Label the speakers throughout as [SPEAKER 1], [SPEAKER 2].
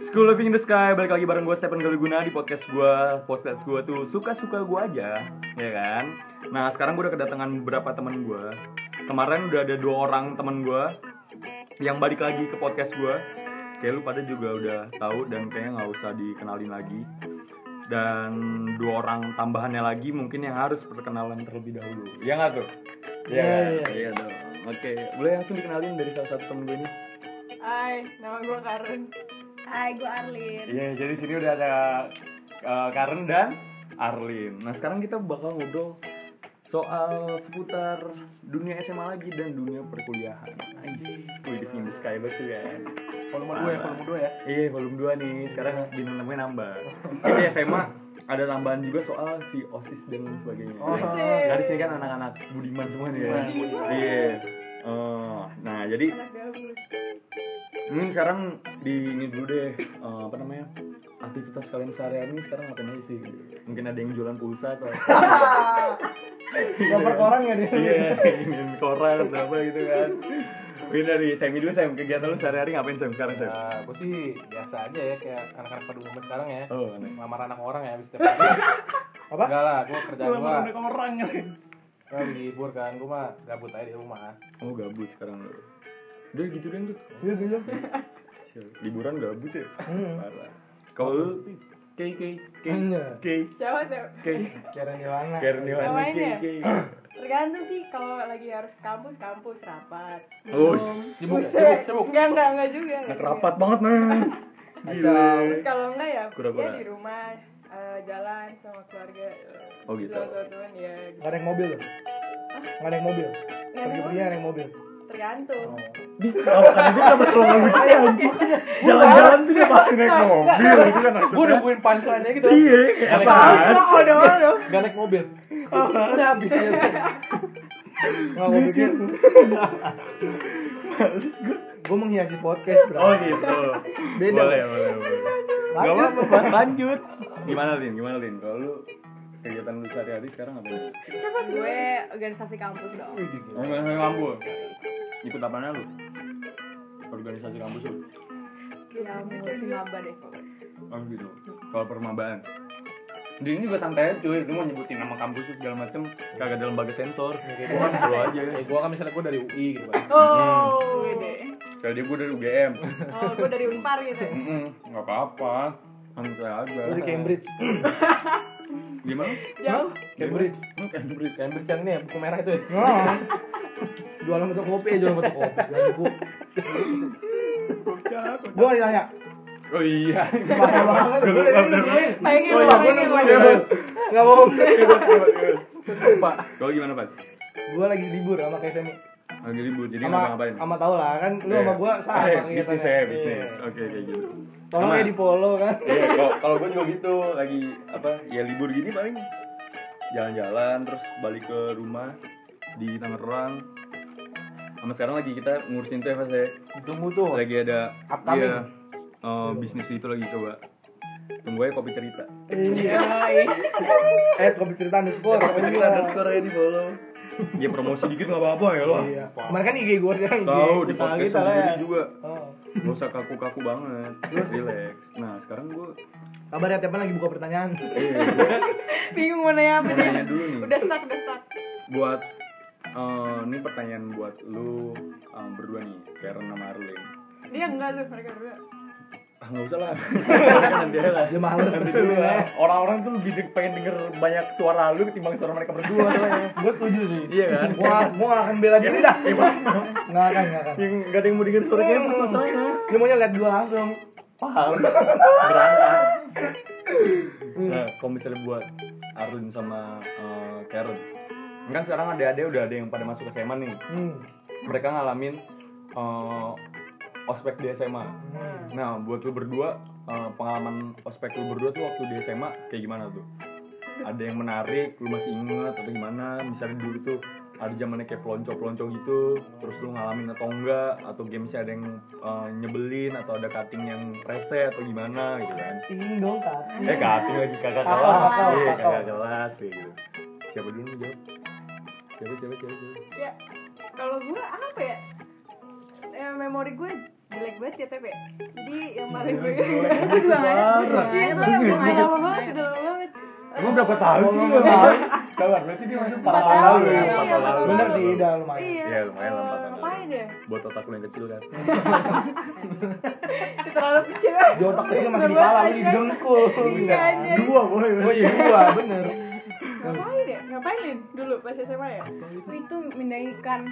[SPEAKER 1] School Living in the Sky, balik lagi bareng gue Stephen Galiguna di podcast gue Podcast gue tuh suka-suka gue aja, ya kan? Nah sekarang gue udah kedatangan beberapa temen gue Kemarin udah ada dua orang temen gue Yang balik lagi ke podcast gue Kayak lu pada juga udah tahu dan kayaknya nggak usah dikenalin lagi Dan dua orang tambahannya lagi mungkin yang harus perkenalan terlebih dahulu Iya nggak tuh? Iya
[SPEAKER 2] Iya,
[SPEAKER 1] kan? Iya dong. Oke, boleh langsung dikenalin dari salah satu temen gue ini?
[SPEAKER 3] Hai, nama gue Karun.
[SPEAKER 4] Hai, gue Arlin.
[SPEAKER 1] Iya, jadi sini udah ada uh, Karen dan Arlin. Nah, sekarang kita bakal ngobrol soal seputar dunia SMA lagi dan dunia perkuliahan. Nice, Squid in the Sky betul ya.
[SPEAKER 2] Volume 2 ya,
[SPEAKER 1] Parah.
[SPEAKER 2] volume 2 ya.
[SPEAKER 1] Iya, volume 2 nih. Sekarang bintang tamunya nambah. Jadi SMA ada tambahan juga soal si OSIS dan lain sebagainya.
[SPEAKER 2] Oh.
[SPEAKER 1] Nah, di sini kan anak-anak budiman semua nih ya.
[SPEAKER 2] Budiman.
[SPEAKER 1] Iya. Eh, nah, jadi
[SPEAKER 3] Anak gabut.
[SPEAKER 1] Mungkin sekarang di ini dulu deh eh, apa namanya aktivitas kalian sehari-hari ini sekarang ngapain aja sih? Mungkin ada yang jualan pulsa atau
[SPEAKER 2] Gambar koran enggak dia?
[SPEAKER 1] iya ingin koran atau apa gitu kan? Mungkin dari Semi dulu Sem kegiatan lu sehari-hari ngapain Sem sekarang Sem?
[SPEAKER 2] Nah, gue sih biasa aja ya kayak anak-anak pada umur sekarang ya.
[SPEAKER 1] Oh, aneh.
[SPEAKER 2] Ngelamar anak orang ya habis itu. Apa? Enggak lah, gue kerja gue
[SPEAKER 3] anak orang kali.
[SPEAKER 2] kan libur kan, gue mah gabut aja di rumah.
[SPEAKER 1] oh gabut sekarang lu. Udah gitu kan tuh.
[SPEAKER 5] Iya gitu.
[SPEAKER 1] Sial, Liburan gabut ya. Parah. Kalau lu Kei Kei Kei
[SPEAKER 5] Iya.
[SPEAKER 1] Kei
[SPEAKER 3] Siapa tuh?
[SPEAKER 1] Kei
[SPEAKER 5] Karen Ilana.
[SPEAKER 1] Karniwani
[SPEAKER 3] Ngapain
[SPEAKER 1] Kei
[SPEAKER 3] ya?
[SPEAKER 1] Kei.
[SPEAKER 3] Tergantung sih kalau lagi harus ke kampus, kampus rapat.
[SPEAKER 1] Us.
[SPEAKER 2] Sibuk, sibuk,
[SPEAKER 3] Buset.
[SPEAKER 2] sibuk.
[SPEAKER 3] Enggak, enggak, enggak juga.
[SPEAKER 1] Oh,
[SPEAKER 3] enggak
[SPEAKER 1] Anak
[SPEAKER 3] juga.
[SPEAKER 1] rapat banget nih.
[SPEAKER 3] Terus kalau enggak ya,
[SPEAKER 1] Kura-kura.
[SPEAKER 3] ya di rumah eh, jalan sama keluarga.
[SPEAKER 1] Oh, gitu.
[SPEAKER 3] Tuan-tuan ya. gitu.
[SPEAKER 5] Nggak naik mobil loh. Nggak naik mobil.
[SPEAKER 3] Nggak naik
[SPEAKER 5] Pergi pergi naik mobil.
[SPEAKER 3] Tergantung.
[SPEAKER 1] Di, kalau kan gue kenapa selalu ngomong gitu sih anjing Jalan-jalan tuh dia pasti naik mobil gitu kan
[SPEAKER 2] Gue
[SPEAKER 1] maksudnya
[SPEAKER 2] nungguin punchline aja gitu.
[SPEAKER 1] Iya, kayak
[SPEAKER 2] Nggak naik
[SPEAKER 1] apaan?
[SPEAKER 3] Oh, udah,
[SPEAKER 2] mobil.
[SPEAKER 3] udah.
[SPEAKER 2] Nggak naik mobil. Udah habis aja.
[SPEAKER 5] Nggak gue pikir.
[SPEAKER 1] Males gue
[SPEAKER 5] Gue menghiasi podcast bro.
[SPEAKER 1] Oh gitu
[SPEAKER 5] Beda.
[SPEAKER 1] Boleh, boleh, boleh Gak
[SPEAKER 5] Lanjut.
[SPEAKER 1] apa-apa, Mas, lanjut Gimana Lin, gimana Lin? Kalau lu kegiatan lu sehari-hari sekarang apa?
[SPEAKER 3] Siapa sih?
[SPEAKER 4] Gue organisasi kampus dong.
[SPEAKER 1] Ngomongin kampus Ikut apaan lu? Organisasi kampus lu?
[SPEAKER 4] Ya, ngurusin maba deh pokoknya.
[SPEAKER 1] Oh gitu Kalau permabaan di ini juga santai aja cuy, lu mau nyebutin nama kampus lu segala macem Kagak ada lembaga sensor Cuman seru aja
[SPEAKER 2] Ya gue kan misalnya gue dari UI gitu kan.
[SPEAKER 3] Oh.
[SPEAKER 4] Gue deh.
[SPEAKER 1] Kalau dia gue dari UGM
[SPEAKER 3] Oh, gue dari Unpar gitu. ya.
[SPEAKER 1] Mm-mm, nggak apa-apa santai aja
[SPEAKER 5] Gue di Cambridge.
[SPEAKER 1] gimana
[SPEAKER 3] Jauh.
[SPEAKER 2] Cambridge.
[SPEAKER 1] Hmm, Cambridge
[SPEAKER 2] Cambridge yang ini ya, buku merah itu ya.
[SPEAKER 5] Nah. Jualan bentuk kopi ya, jualan bentuk kopi. Jualan buku. Gue nggak ditanya.
[SPEAKER 1] oh iya
[SPEAKER 5] Parah banget.
[SPEAKER 1] Gue
[SPEAKER 5] Gue
[SPEAKER 1] lupa
[SPEAKER 5] dari
[SPEAKER 1] bener.
[SPEAKER 5] ini.
[SPEAKER 3] Pengen
[SPEAKER 1] Oh,
[SPEAKER 3] lo,
[SPEAKER 1] iya, gua
[SPEAKER 3] pengen
[SPEAKER 1] nungguin
[SPEAKER 3] lo.
[SPEAKER 1] ya.
[SPEAKER 5] Nggak bohong.
[SPEAKER 2] Lupa.
[SPEAKER 1] kalau gimana pas
[SPEAKER 5] Gue lagi libur sama kayak Semi.
[SPEAKER 1] lagi libur jadi nggak
[SPEAKER 5] Sama,
[SPEAKER 1] ngapain
[SPEAKER 5] sama tau lah kan lu
[SPEAKER 1] Iya.
[SPEAKER 5] sama gue sama
[SPEAKER 1] Eh,
[SPEAKER 5] kegiatannya.
[SPEAKER 1] bisnis ya bisnis
[SPEAKER 5] Iya.
[SPEAKER 1] oke kayak gitu
[SPEAKER 5] Tolong
[SPEAKER 1] Sama.
[SPEAKER 5] ya di follow kan.
[SPEAKER 1] Iya, kalau- kalau gue juga gitu lagi apa ya libur gini paling jalan-jalan terus balik ke rumah di Tangerang sama sekarang lagi kita ngurusin tuh ya Fas, ya
[SPEAKER 2] Tunggu tuh.
[SPEAKER 5] Oh.
[SPEAKER 1] lagi ada
[SPEAKER 2] Upcoming.
[SPEAKER 1] iya, eh, bisnis itu lagi coba tunggu aja kopi cerita
[SPEAKER 5] Eh, kopi cerita underscore. Kopi cerita
[SPEAKER 1] aja di follow ya promosi dikit nggak apa-apa ya lo
[SPEAKER 5] Iya. Kemarin kan IG gue sekarang IG.
[SPEAKER 1] tahu di
[SPEAKER 5] usaha
[SPEAKER 1] podcast
[SPEAKER 5] kita lah
[SPEAKER 1] sendiri
[SPEAKER 5] ya.
[SPEAKER 1] juga
[SPEAKER 5] Oh.
[SPEAKER 1] gak usah kaku-kaku banget terus relax nah sekarang gue
[SPEAKER 5] Kabar ya Tepan lagi buka pertanyaan.
[SPEAKER 1] Eh,
[SPEAKER 3] Bingung mau nanya apa
[SPEAKER 1] mau
[SPEAKER 3] nih.
[SPEAKER 1] nanya dulu nih
[SPEAKER 3] Udah stuck, udah stuck.
[SPEAKER 1] buat eh, ini pertanyaan buat lu eh, berdua nih Karen sama Arlin
[SPEAKER 3] Dia enggak lu, mereka berdua.
[SPEAKER 1] ah nggak usah lah nanti aja lah
[SPEAKER 5] Dia males
[SPEAKER 1] nanti
[SPEAKER 5] dulu
[SPEAKER 1] dulu lah
[SPEAKER 5] ya.
[SPEAKER 1] orang-orang tuh lebih de- pengen denger banyak suara lu ketimbang suara mereka berdua soalnya.
[SPEAKER 5] Gue setuju sih.
[SPEAKER 1] iya kan Iya,
[SPEAKER 5] Gua gua gak akan bela diri dah. Enggak akan, enggak akan.
[SPEAKER 1] yang gak ada yang mau denger suara kayak masalahnya
[SPEAKER 5] Dia maunya lihat gua langsung.
[SPEAKER 1] paham berangkat nah kalau misalnya buat Arlin sama eh, Karen kan sekarang adik-adik udah ada yang pada masuk ke SMA nih
[SPEAKER 5] Hmm.
[SPEAKER 1] mereka ngalamin eh, ospek di SMA nah buat lu berdua eh, pengalaman ospek lu berdua tuh waktu di SMA kayak gimana tuh ada yang menarik lu masih ingat atau gimana misalnya dulu tuh ada zamannya kayak pelonco-pelonco gitu terus lu ngalamin atau enggak atau gamesnya ada yang eh, nyebelin atau ada cutting yang rese atau gimana gitu kan
[SPEAKER 5] Tinggi dong, Kak.
[SPEAKER 1] eh cutting lagi kakak
[SPEAKER 5] Kakak,
[SPEAKER 1] kelas
[SPEAKER 5] kakak,
[SPEAKER 1] Iya,
[SPEAKER 5] kakak.
[SPEAKER 1] kakak kelas gitu siapa dulu nih jawab siapa siapa siapa siapa
[SPEAKER 3] ya kalau gue apa ya ya memori gue jelek banget ya TP jadi yang
[SPEAKER 5] Iya,
[SPEAKER 3] paling gue
[SPEAKER 4] Aku juga nggak ada.
[SPEAKER 3] iya
[SPEAKER 4] Iya,
[SPEAKER 3] soalnya gue
[SPEAKER 4] gue nggak
[SPEAKER 3] udah
[SPEAKER 4] ada.
[SPEAKER 3] lama banget udah lama banget
[SPEAKER 1] Emang berapa tahun sih lu? Sabar, berarti dia masuk empat
[SPEAKER 3] tahun
[SPEAKER 1] tahun
[SPEAKER 3] ya,
[SPEAKER 1] ya.
[SPEAKER 3] iya,
[SPEAKER 1] Empat
[SPEAKER 3] empat
[SPEAKER 1] tahun.
[SPEAKER 3] tahun.
[SPEAKER 5] Bener sih, udah lumayan.
[SPEAKER 3] iya
[SPEAKER 1] Iya, lumayan lah,
[SPEAKER 3] eh,
[SPEAKER 1] empat tahun.
[SPEAKER 3] ngapain ya
[SPEAKER 1] Buat otak lu yang kecil kan.
[SPEAKER 3] Itu terlalu kecil
[SPEAKER 5] Di otak kecil masih
[SPEAKER 3] Bener
[SPEAKER 5] di pala, lu
[SPEAKER 3] banget,
[SPEAKER 5] di
[SPEAKER 3] anjay.
[SPEAKER 5] dengkul.
[SPEAKER 3] iya anjir
[SPEAKER 1] Dua boy.
[SPEAKER 5] Oh iya, dua, bener.
[SPEAKER 3] ngapain ya ngapain Lin dulu pas SMA ya
[SPEAKER 4] Itu mindahin ikan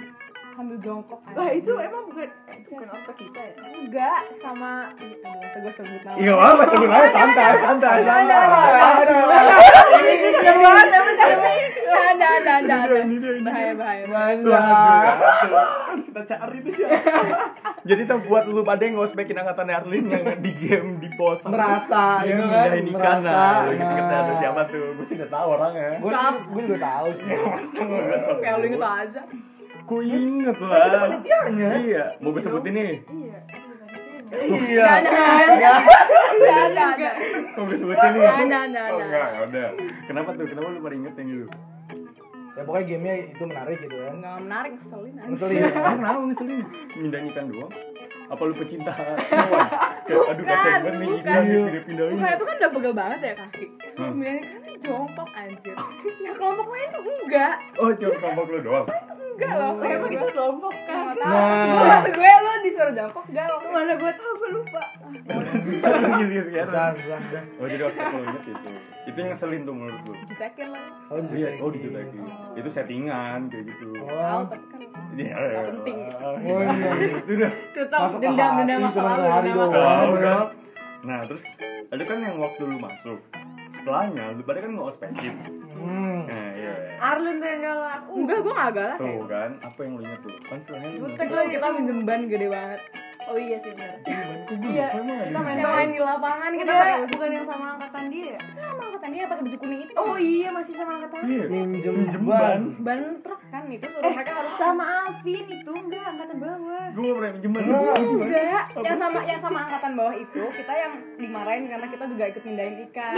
[SPEAKER 4] ambil jongkok aja.
[SPEAKER 3] lah itu emang bukan eh, itu bukan ospek kita ya
[SPEAKER 4] enggak sama aduh masa gue sebut nama.
[SPEAKER 1] Iya, apa sebenarnya santai, santai, santai.
[SPEAKER 3] Iya banget tapi tapi
[SPEAKER 4] Ada ada ada.
[SPEAKER 1] Ini dia, ini dia, ini dia.
[SPEAKER 4] Bahaya bahaya.
[SPEAKER 5] Mana?
[SPEAKER 1] harus kita cari itu siapa jadi itu buat lu pada yang ngospekin angkatan Erlin yang di game di pos
[SPEAKER 5] Merasa,
[SPEAKER 1] dia
[SPEAKER 5] gitu kan?
[SPEAKER 1] mindahin ikan
[SPEAKER 5] Merasa,
[SPEAKER 1] nah lu inget
[SPEAKER 5] nah.
[SPEAKER 1] ada siapa tuh gue sih nggak tahu orangnya
[SPEAKER 5] Gue gue juga tahu sih.
[SPEAKER 4] Kayak lu inget aja.
[SPEAKER 1] gue inget lah
[SPEAKER 5] panitianya.
[SPEAKER 1] iya mau gue sebutin nih
[SPEAKER 3] iya aduh, sakitnya enggak.
[SPEAKER 5] Iya.
[SPEAKER 4] Ada ada. Ada ada ada.
[SPEAKER 1] mau gue sebutin nih
[SPEAKER 4] Ada ada
[SPEAKER 1] oh
[SPEAKER 4] ada.
[SPEAKER 1] enggak udah kenapa tuh kenapa lu pada inget yang itu
[SPEAKER 5] Ya pokoknya gamenya itu menarik gitu kan. iya.
[SPEAKER 4] Enggak menarik ngeselin aja.
[SPEAKER 5] Ngeselin.
[SPEAKER 1] Emang kenapa ngeselin mindahin ikan Iya. doang apa lu pecinta hewan kayak aduh kasihan banget nih
[SPEAKER 4] bukan.
[SPEAKER 1] ikan dipindahin
[SPEAKER 4] Bukan itu kan udah pegel banget ya kaki. Kemudian kan jongkok anjir. Ya kelompok lain tuh enggak.
[SPEAKER 1] oh cuma kelompok lu doang
[SPEAKER 4] Enggak loh.
[SPEAKER 3] saya emang
[SPEAKER 4] gitu.
[SPEAKER 3] kita kelompok kan
[SPEAKER 4] Enggak tahu.
[SPEAKER 5] Nah.
[SPEAKER 4] Maksud gue lu disuruh jongkok enggak loh.
[SPEAKER 3] mana gue tahu gue lupa
[SPEAKER 1] bisa lu ngilir ya
[SPEAKER 5] Susah, susah. udah.
[SPEAKER 1] Oh jadi waktu lu inget itu Itu yang ngeselin tuh menurut lu
[SPEAKER 4] Jutekin lah.
[SPEAKER 5] Oh,
[SPEAKER 1] Iya, oh dijelekin Itu settingan kayak gitu
[SPEAKER 4] Tahu
[SPEAKER 5] Oh,
[SPEAKER 4] tapi kan
[SPEAKER 1] Iya,
[SPEAKER 4] Nggak penting.
[SPEAKER 5] Oh, iya.
[SPEAKER 1] Itu udah
[SPEAKER 4] Tetap
[SPEAKER 5] Masuk ke
[SPEAKER 4] dendam
[SPEAKER 5] hati,
[SPEAKER 4] dendam masa
[SPEAKER 5] cuma
[SPEAKER 4] lalu
[SPEAKER 5] sehari
[SPEAKER 4] dendam masa
[SPEAKER 5] doang.
[SPEAKER 4] lalu.
[SPEAKER 1] Tahu dong Nah terus Ada kan yang waktu lu masuk Setelahnya lu pada kan nggak ospekin
[SPEAKER 5] Hmm.
[SPEAKER 1] Nah iya
[SPEAKER 3] Arlin tuh yang galak uh
[SPEAKER 4] Enggak, gue gak galak.
[SPEAKER 1] Tuh kan Apa yang lu inget tuh Kan setelahnya lu
[SPEAKER 4] Butek lah kita minjem ban gede banget.
[SPEAKER 3] oh iya sih benar
[SPEAKER 1] Iya
[SPEAKER 3] kita main
[SPEAKER 4] Yang main di lapangan kita
[SPEAKER 3] Enggak,
[SPEAKER 4] pakai
[SPEAKER 3] bukan yang sama angkatan dia ya?
[SPEAKER 4] sama angkatan dia pakai baju kuning itu.
[SPEAKER 3] Oh iya masih sama angkatan
[SPEAKER 1] Iya
[SPEAKER 5] Minjem
[SPEAKER 1] Minjem ban
[SPEAKER 5] ban.
[SPEAKER 4] Ban truk kan itu suruh mereka harus
[SPEAKER 3] Sama Alvin itu enggak angkatan bawah
[SPEAKER 1] Gue pernah minjem ban
[SPEAKER 4] enggak yang sama yang sama angkatan bawah itu kita yang dimarahin karena kita juga ikut mindahin ikan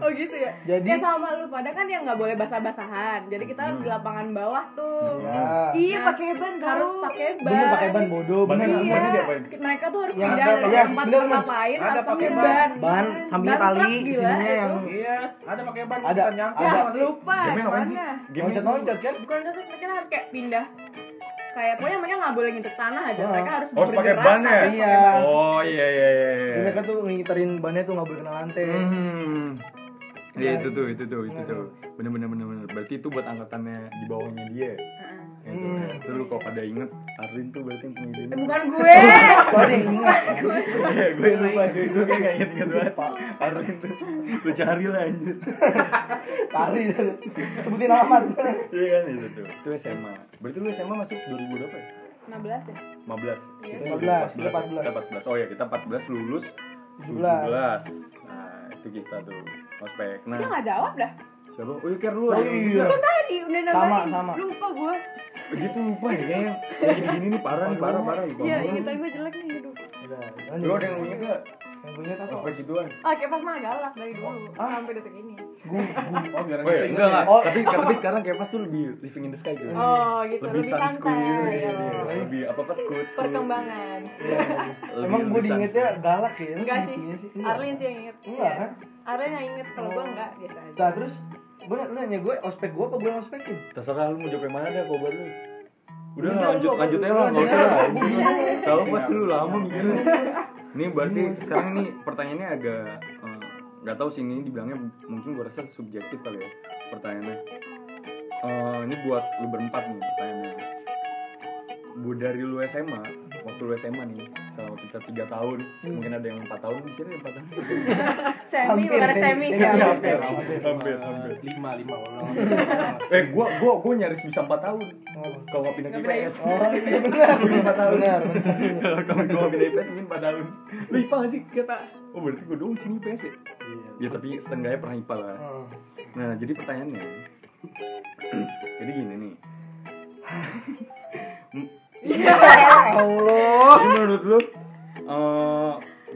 [SPEAKER 3] Oh gitu ya?
[SPEAKER 5] Jadi
[SPEAKER 4] ya sama lu pada kan yang nggak boleh basah-basahan jadi kita
[SPEAKER 5] Hmm.
[SPEAKER 4] di lapangan bawah tuh
[SPEAKER 5] ya.
[SPEAKER 3] Iya
[SPEAKER 4] Nah,
[SPEAKER 3] pakai ban tau
[SPEAKER 4] harus pakai ban,
[SPEAKER 5] Oh, Bener pakai ban bodoh,
[SPEAKER 1] Ban
[SPEAKER 5] bener.
[SPEAKER 1] itu
[SPEAKER 5] bener.
[SPEAKER 1] ban dia apa
[SPEAKER 4] mereka tuh harus
[SPEAKER 5] Ya,
[SPEAKER 4] pindah
[SPEAKER 5] ada,
[SPEAKER 4] dari
[SPEAKER 5] ya,
[SPEAKER 4] tempat ke
[SPEAKER 5] bener,
[SPEAKER 4] tempat
[SPEAKER 5] bener.
[SPEAKER 4] lain
[SPEAKER 2] Ada
[SPEAKER 4] harus
[SPEAKER 2] pakai
[SPEAKER 4] pakai
[SPEAKER 2] ban.
[SPEAKER 4] ban
[SPEAKER 5] Ban sampingnya
[SPEAKER 4] Ban truk,
[SPEAKER 5] tali,
[SPEAKER 4] gila,
[SPEAKER 5] sininya
[SPEAKER 4] itu.
[SPEAKER 5] yang
[SPEAKER 2] Iya, ada pakai ban
[SPEAKER 5] Ada,
[SPEAKER 2] bukan nyangkut
[SPEAKER 5] ada.
[SPEAKER 2] sama sih.
[SPEAKER 3] Ya, Lupa
[SPEAKER 1] Game-nya apaan sih?
[SPEAKER 3] mana?
[SPEAKER 1] Game
[SPEAKER 5] loncat-loncat kan?
[SPEAKER 4] bukan tetap mereka harus kayak pindah kayak pokoknya mereka nggak boleh ngintek tanah aja
[SPEAKER 5] Ah.
[SPEAKER 4] mereka harus
[SPEAKER 1] Harus pakai
[SPEAKER 4] bergerak
[SPEAKER 1] ban ya?
[SPEAKER 4] sampai-
[SPEAKER 5] Iya.
[SPEAKER 1] Oh iya iya iya
[SPEAKER 5] Jadi mereka tuh ngiterin bannya tuh nggak boleh kena lantai.
[SPEAKER 1] Hmm.
[SPEAKER 5] Nah,
[SPEAKER 1] Iya itu tuh, itu tuh, itu
[SPEAKER 5] bener.
[SPEAKER 1] tuh. Bener bener bener bener. Berarti itu buat angkatannya di bawahnya dia.
[SPEAKER 4] Heeh.
[SPEAKER 1] Itu, ya. Itu lu kalau pada inget, Arlin tuh berarti yang punya ide.
[SPEAKER 4] Eh, bukan gue
[SPEAKER 5] Sorry, ingat.
[SPEAKER 1] Iya, gue lupa, gue gue kayak nggak inget inget banget. Arlin tuh, lu cari lah anjir.
[SPEAKER 5] Cari sebutin alamat.
[SPEAKER 1] Iya kan itu tuh. Itu SMA. Berarti lu SMA masuk 2000 berapa ya?
[SPEAKER 4] 15 ya
[SPEAKER 1] 15.
[SPEAKER 3] Iya.
[SPEAKER 1] Kita 14.
[SPEAKER 5] 14, kita
[SPEAKER 1] Kita 14. Oh ya, kita 14 lulus
[SPEAKER 5] 17.
[SPEAKER 1] 17. Nah, itu kita tuh. Ospek.
[SPEAKER 3] Iya
[SPEAKER 4] dia
[SPEAKER 1] Nah,
[SPEAKER 4] Ya, nggak jawab dah
[SPEAKER 1] siapa? Oh, Iker lu.
[SPEAKER 5] Oh
[SPEAKER 1] ada-
[SPEAKER 5] iya.
[SPEAKER 3] Tadi udah nambahin
[SPEAKER 5] sama.
[SPEAKER 3] Lupa gue
[SPEAKER 1] Begitu lupa ya kayaknya. Kayak gini-gini nih parah nih, parah parah.
[SPEAKER 3] Iya ingetan gue jelek nih aduh
[SPEAKER 5] Udah, lanjut.
[SPEAKER 1] Lu ada yang lu inget nggak?
[SPEAKER 5] Yang punya apa?
[SPEAKER 1] Ospek gituan.
[SPEAKER 3] Oke pas mah galak dari dulu
[SPEAKER 5] Ah.
[SPEAKER 3] Sampai detik ini
[SPEAKER 2] Oh, biar
[SPEAKER 1] Woi,
[SPEAKER 2] gitu
[SPEAKER 1] iya, enggak
[SPEAKER 2] ya.
[SPEAKER 1] enggak.
[SPEAKER 5] Oh.
[SPEAKER 1] Tapi tapi sekarang Kevas tuh lebih living in the sky cuy.
[SPEAKER 3] Oh gitu lebih,
[SPEAKER 1] sunscreen gitu,
[SPEAKER 3] santai ya.
[SPEAKER 1] iya. Lebih apa pas coach.
[SPEAKER 3] Perkembangan
[SPEAKER 5] Emang gue diingetnya galak ya? emang
[SPEAKER 3] Enggak sih
[SPEAKER 5] sebetulnya Iya.
[SPEAKER 3] Arlin sih yang inget
[SPEAKER 5] Enggak kan?
[SPEAKER 3] Arlin yang inget Kalau gue enggak biasa aja
[SPEAKER 5] Nah terus gue nanya gue ospek gue apa gue yang ospekin?
[SPEAKER 1] Terserah lu mau jawab yang mana dah kobar lu. Udah
[SPEAKER 5] Udah,
[SPEAKER 1] lah, lanjut
[SPEAKER 5] lu-
[SPEAKER 1] lanjut aja
[SPEAKER 5] lu-
[SPEAKER 1] lah,
[SPEAKER 5] lu-
[SPEAKER 1] enggak usah
[SPEAKER 5] lu-
[SPEAKER 1] lah.
[SPEAKER 5] lu-
[SPEAKER 1] anjing. Tahu pas lu lama mikirnya. Ini berarti sekarang ini pertanyaannya agak eh, nggak tahu sih ini dibilangnya mungkin gue rasa subjektif kali ya pertanyaannya. Eh, ini buat lu berempat nih pertanyaannya. Bu dari lu SMA, waktu lu SMA nih, selama kita tiga tahun, mungkin ada yang empat tahun, bisa ada yang empat tahun.
[SPEAKER 4] semi bukan semi
[SPEAKER 5] Iya,
[SPEAKER 4] siapa
[SPEAKER 5] hampir,
[SPEAKER 1] Hampir, hampir.
[SPEAKER 2] Eh, Lima, lima orang.
[SPEAKER 1] Eh, gua, gua, gua nyaris bisa empat tahun.
[SPEAKER 5] Oh.
[SPEAKER 1] Kalau nggak pindah ke
[SPEAKER 4] Nggak pindah
[SPEAKER 1] IPS.
[SPEAKER 5] Oh iya benar,
[SPEAKER 1] Empat tahun.
[SPEAKER 5] benar, benar.
[SPEAKER 1] Kalau kamu gue pindah IPS mungkin 4 tahun Lu IPA gak sih? Kata Oh berarti gue doang sini IPS ya? Ya tapi setengahnya pernah IPA lah
[SPEAKER 5] Iya. Oh.
[SPEAKER 1] Nah jadi pertanyaannya Jadi gini nih
[SPEAKER 5] Ya Allah.
[SPEAKER 1] Jadi menurut lu eh,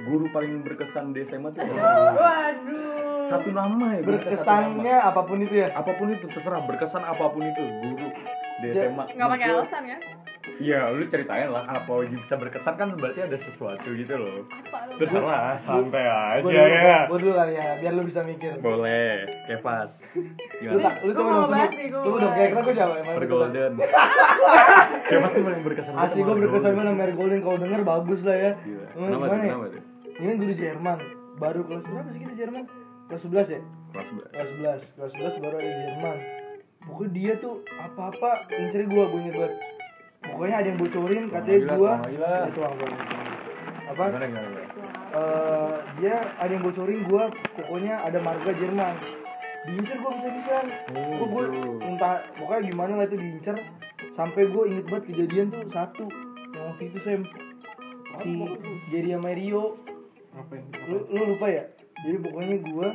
[SPEAKER 1] Guru paling berkesan di SMA tuh
[SPEAKER 3] Waduh
[SPEAKER 1] Satu nama ya guru satu
[SPEAKER 5] Berkesannya
[SPEAKER 1] nama.
[SPEAKER 5] apapun itu ya.
[SPEAKER 1] Apapun itu terserah berkesan apapun itu Guru di
[SPEAKER 5] Ya,
[SPEAKER 1] SMA
[SPEAKER 4] nggak pakai
[SPEAKER 1] Menurut lu,
[SPEAKER 4] alasan kan
[SPEAKER 1] Iya, lu ceritain lah kenapa wajib bisa berkesan kan berarti ada sesuatu gitu loh.
[SPEAKER 3] Apa lu?
[SPEAKER 1] Terserah, santai aja
[SPEAKER 5] Gua dulu,
[SPEAKER 1] ya.
[SPEAKER 5] gua dulu kali ya, biar lu bisa mikir.
[SPEAKER 1] Boleh, kevas.
[SPEAKER 5] Lu
[SPEAKER 1] Gimana?
[SPEAKER 5] tak, lu
[SPEAKER 3] Gua
[SPEAKER 5] coba
[SPEAKER 3] mau
[SPEAKER 5] dong
[SPEAKER 3] bahas
[SPEAKER 5] sebut.
[SPEAKER 3] nih, gua
[SPEAKER 5] Sebut
[SPEAKER 3] mau
[SPEAKER 5] dong,
[SPEAKER 3] bahas.
[SPEAKER 5] kira-kira gua siapa yang paling
[SPEAKER 1] Per
[SPEAKER 5] berkesan?
[SPEAKER 1] golden. Kevas tuh paling berkesan. banget
[SPEAKER 5] Asli
[SPEAKER 1] sama
[SPEAKER 5] gua
[SPEAKER 1] Per
[SPEAKER 5] berkesan
[SPEAKER 1] Golden. Iya.
[SPEAKER 5] banget sama Mary Golden, kalau denger bagus lah ya.
[SPEAKER 1] Gila.
[SPEAKER 5] Emang
[SPEAKER 1] Kenapa tuh?
[SPEAKER 5] gimana ya?
[SPEAKER 1] Kenapa tuh?
[SPEAKER 5] Ini gua di Jerman, baru kelas berapa sih kita Jerman? Kelas 11 ya?
[SPEAKER 1] Kelas belas.
[SPEAKER 5] Kelas 11, kelas 11 baru ada di Jerman Pokoknya dia tuh apa-apa ngincer gua, gua inget banget Pokoknya ada yang bocorin, katanya
[SPEAKER 1] Gila,
[SPEAKER 5] gua
[SPEAKER 1] gila.
[SPEAKER 5] Ya, tuang, tuang, tuang. Apa?
[SPEAKER 1] Gimana gimana? gimana?
[SPEAKER 5] eh dia ada yang bocorin gua pokoknya ada marga Jerman diincer gua bisa bisa
[SPEAKER 1] Oh,
[SPEAKER 5] gua, gua
[SPEAKER 1] gitu.
[SPEAKER 5] entah pokoknya gimana lah itu diincer sampai gua inget banget kejadian tuh satu yang waktu itu Sam si Jerry sama Rio
[SPEAKER 2] Ngapain?
[SPEAKER 5] lu, lu lupa ya jadi pokoknya gua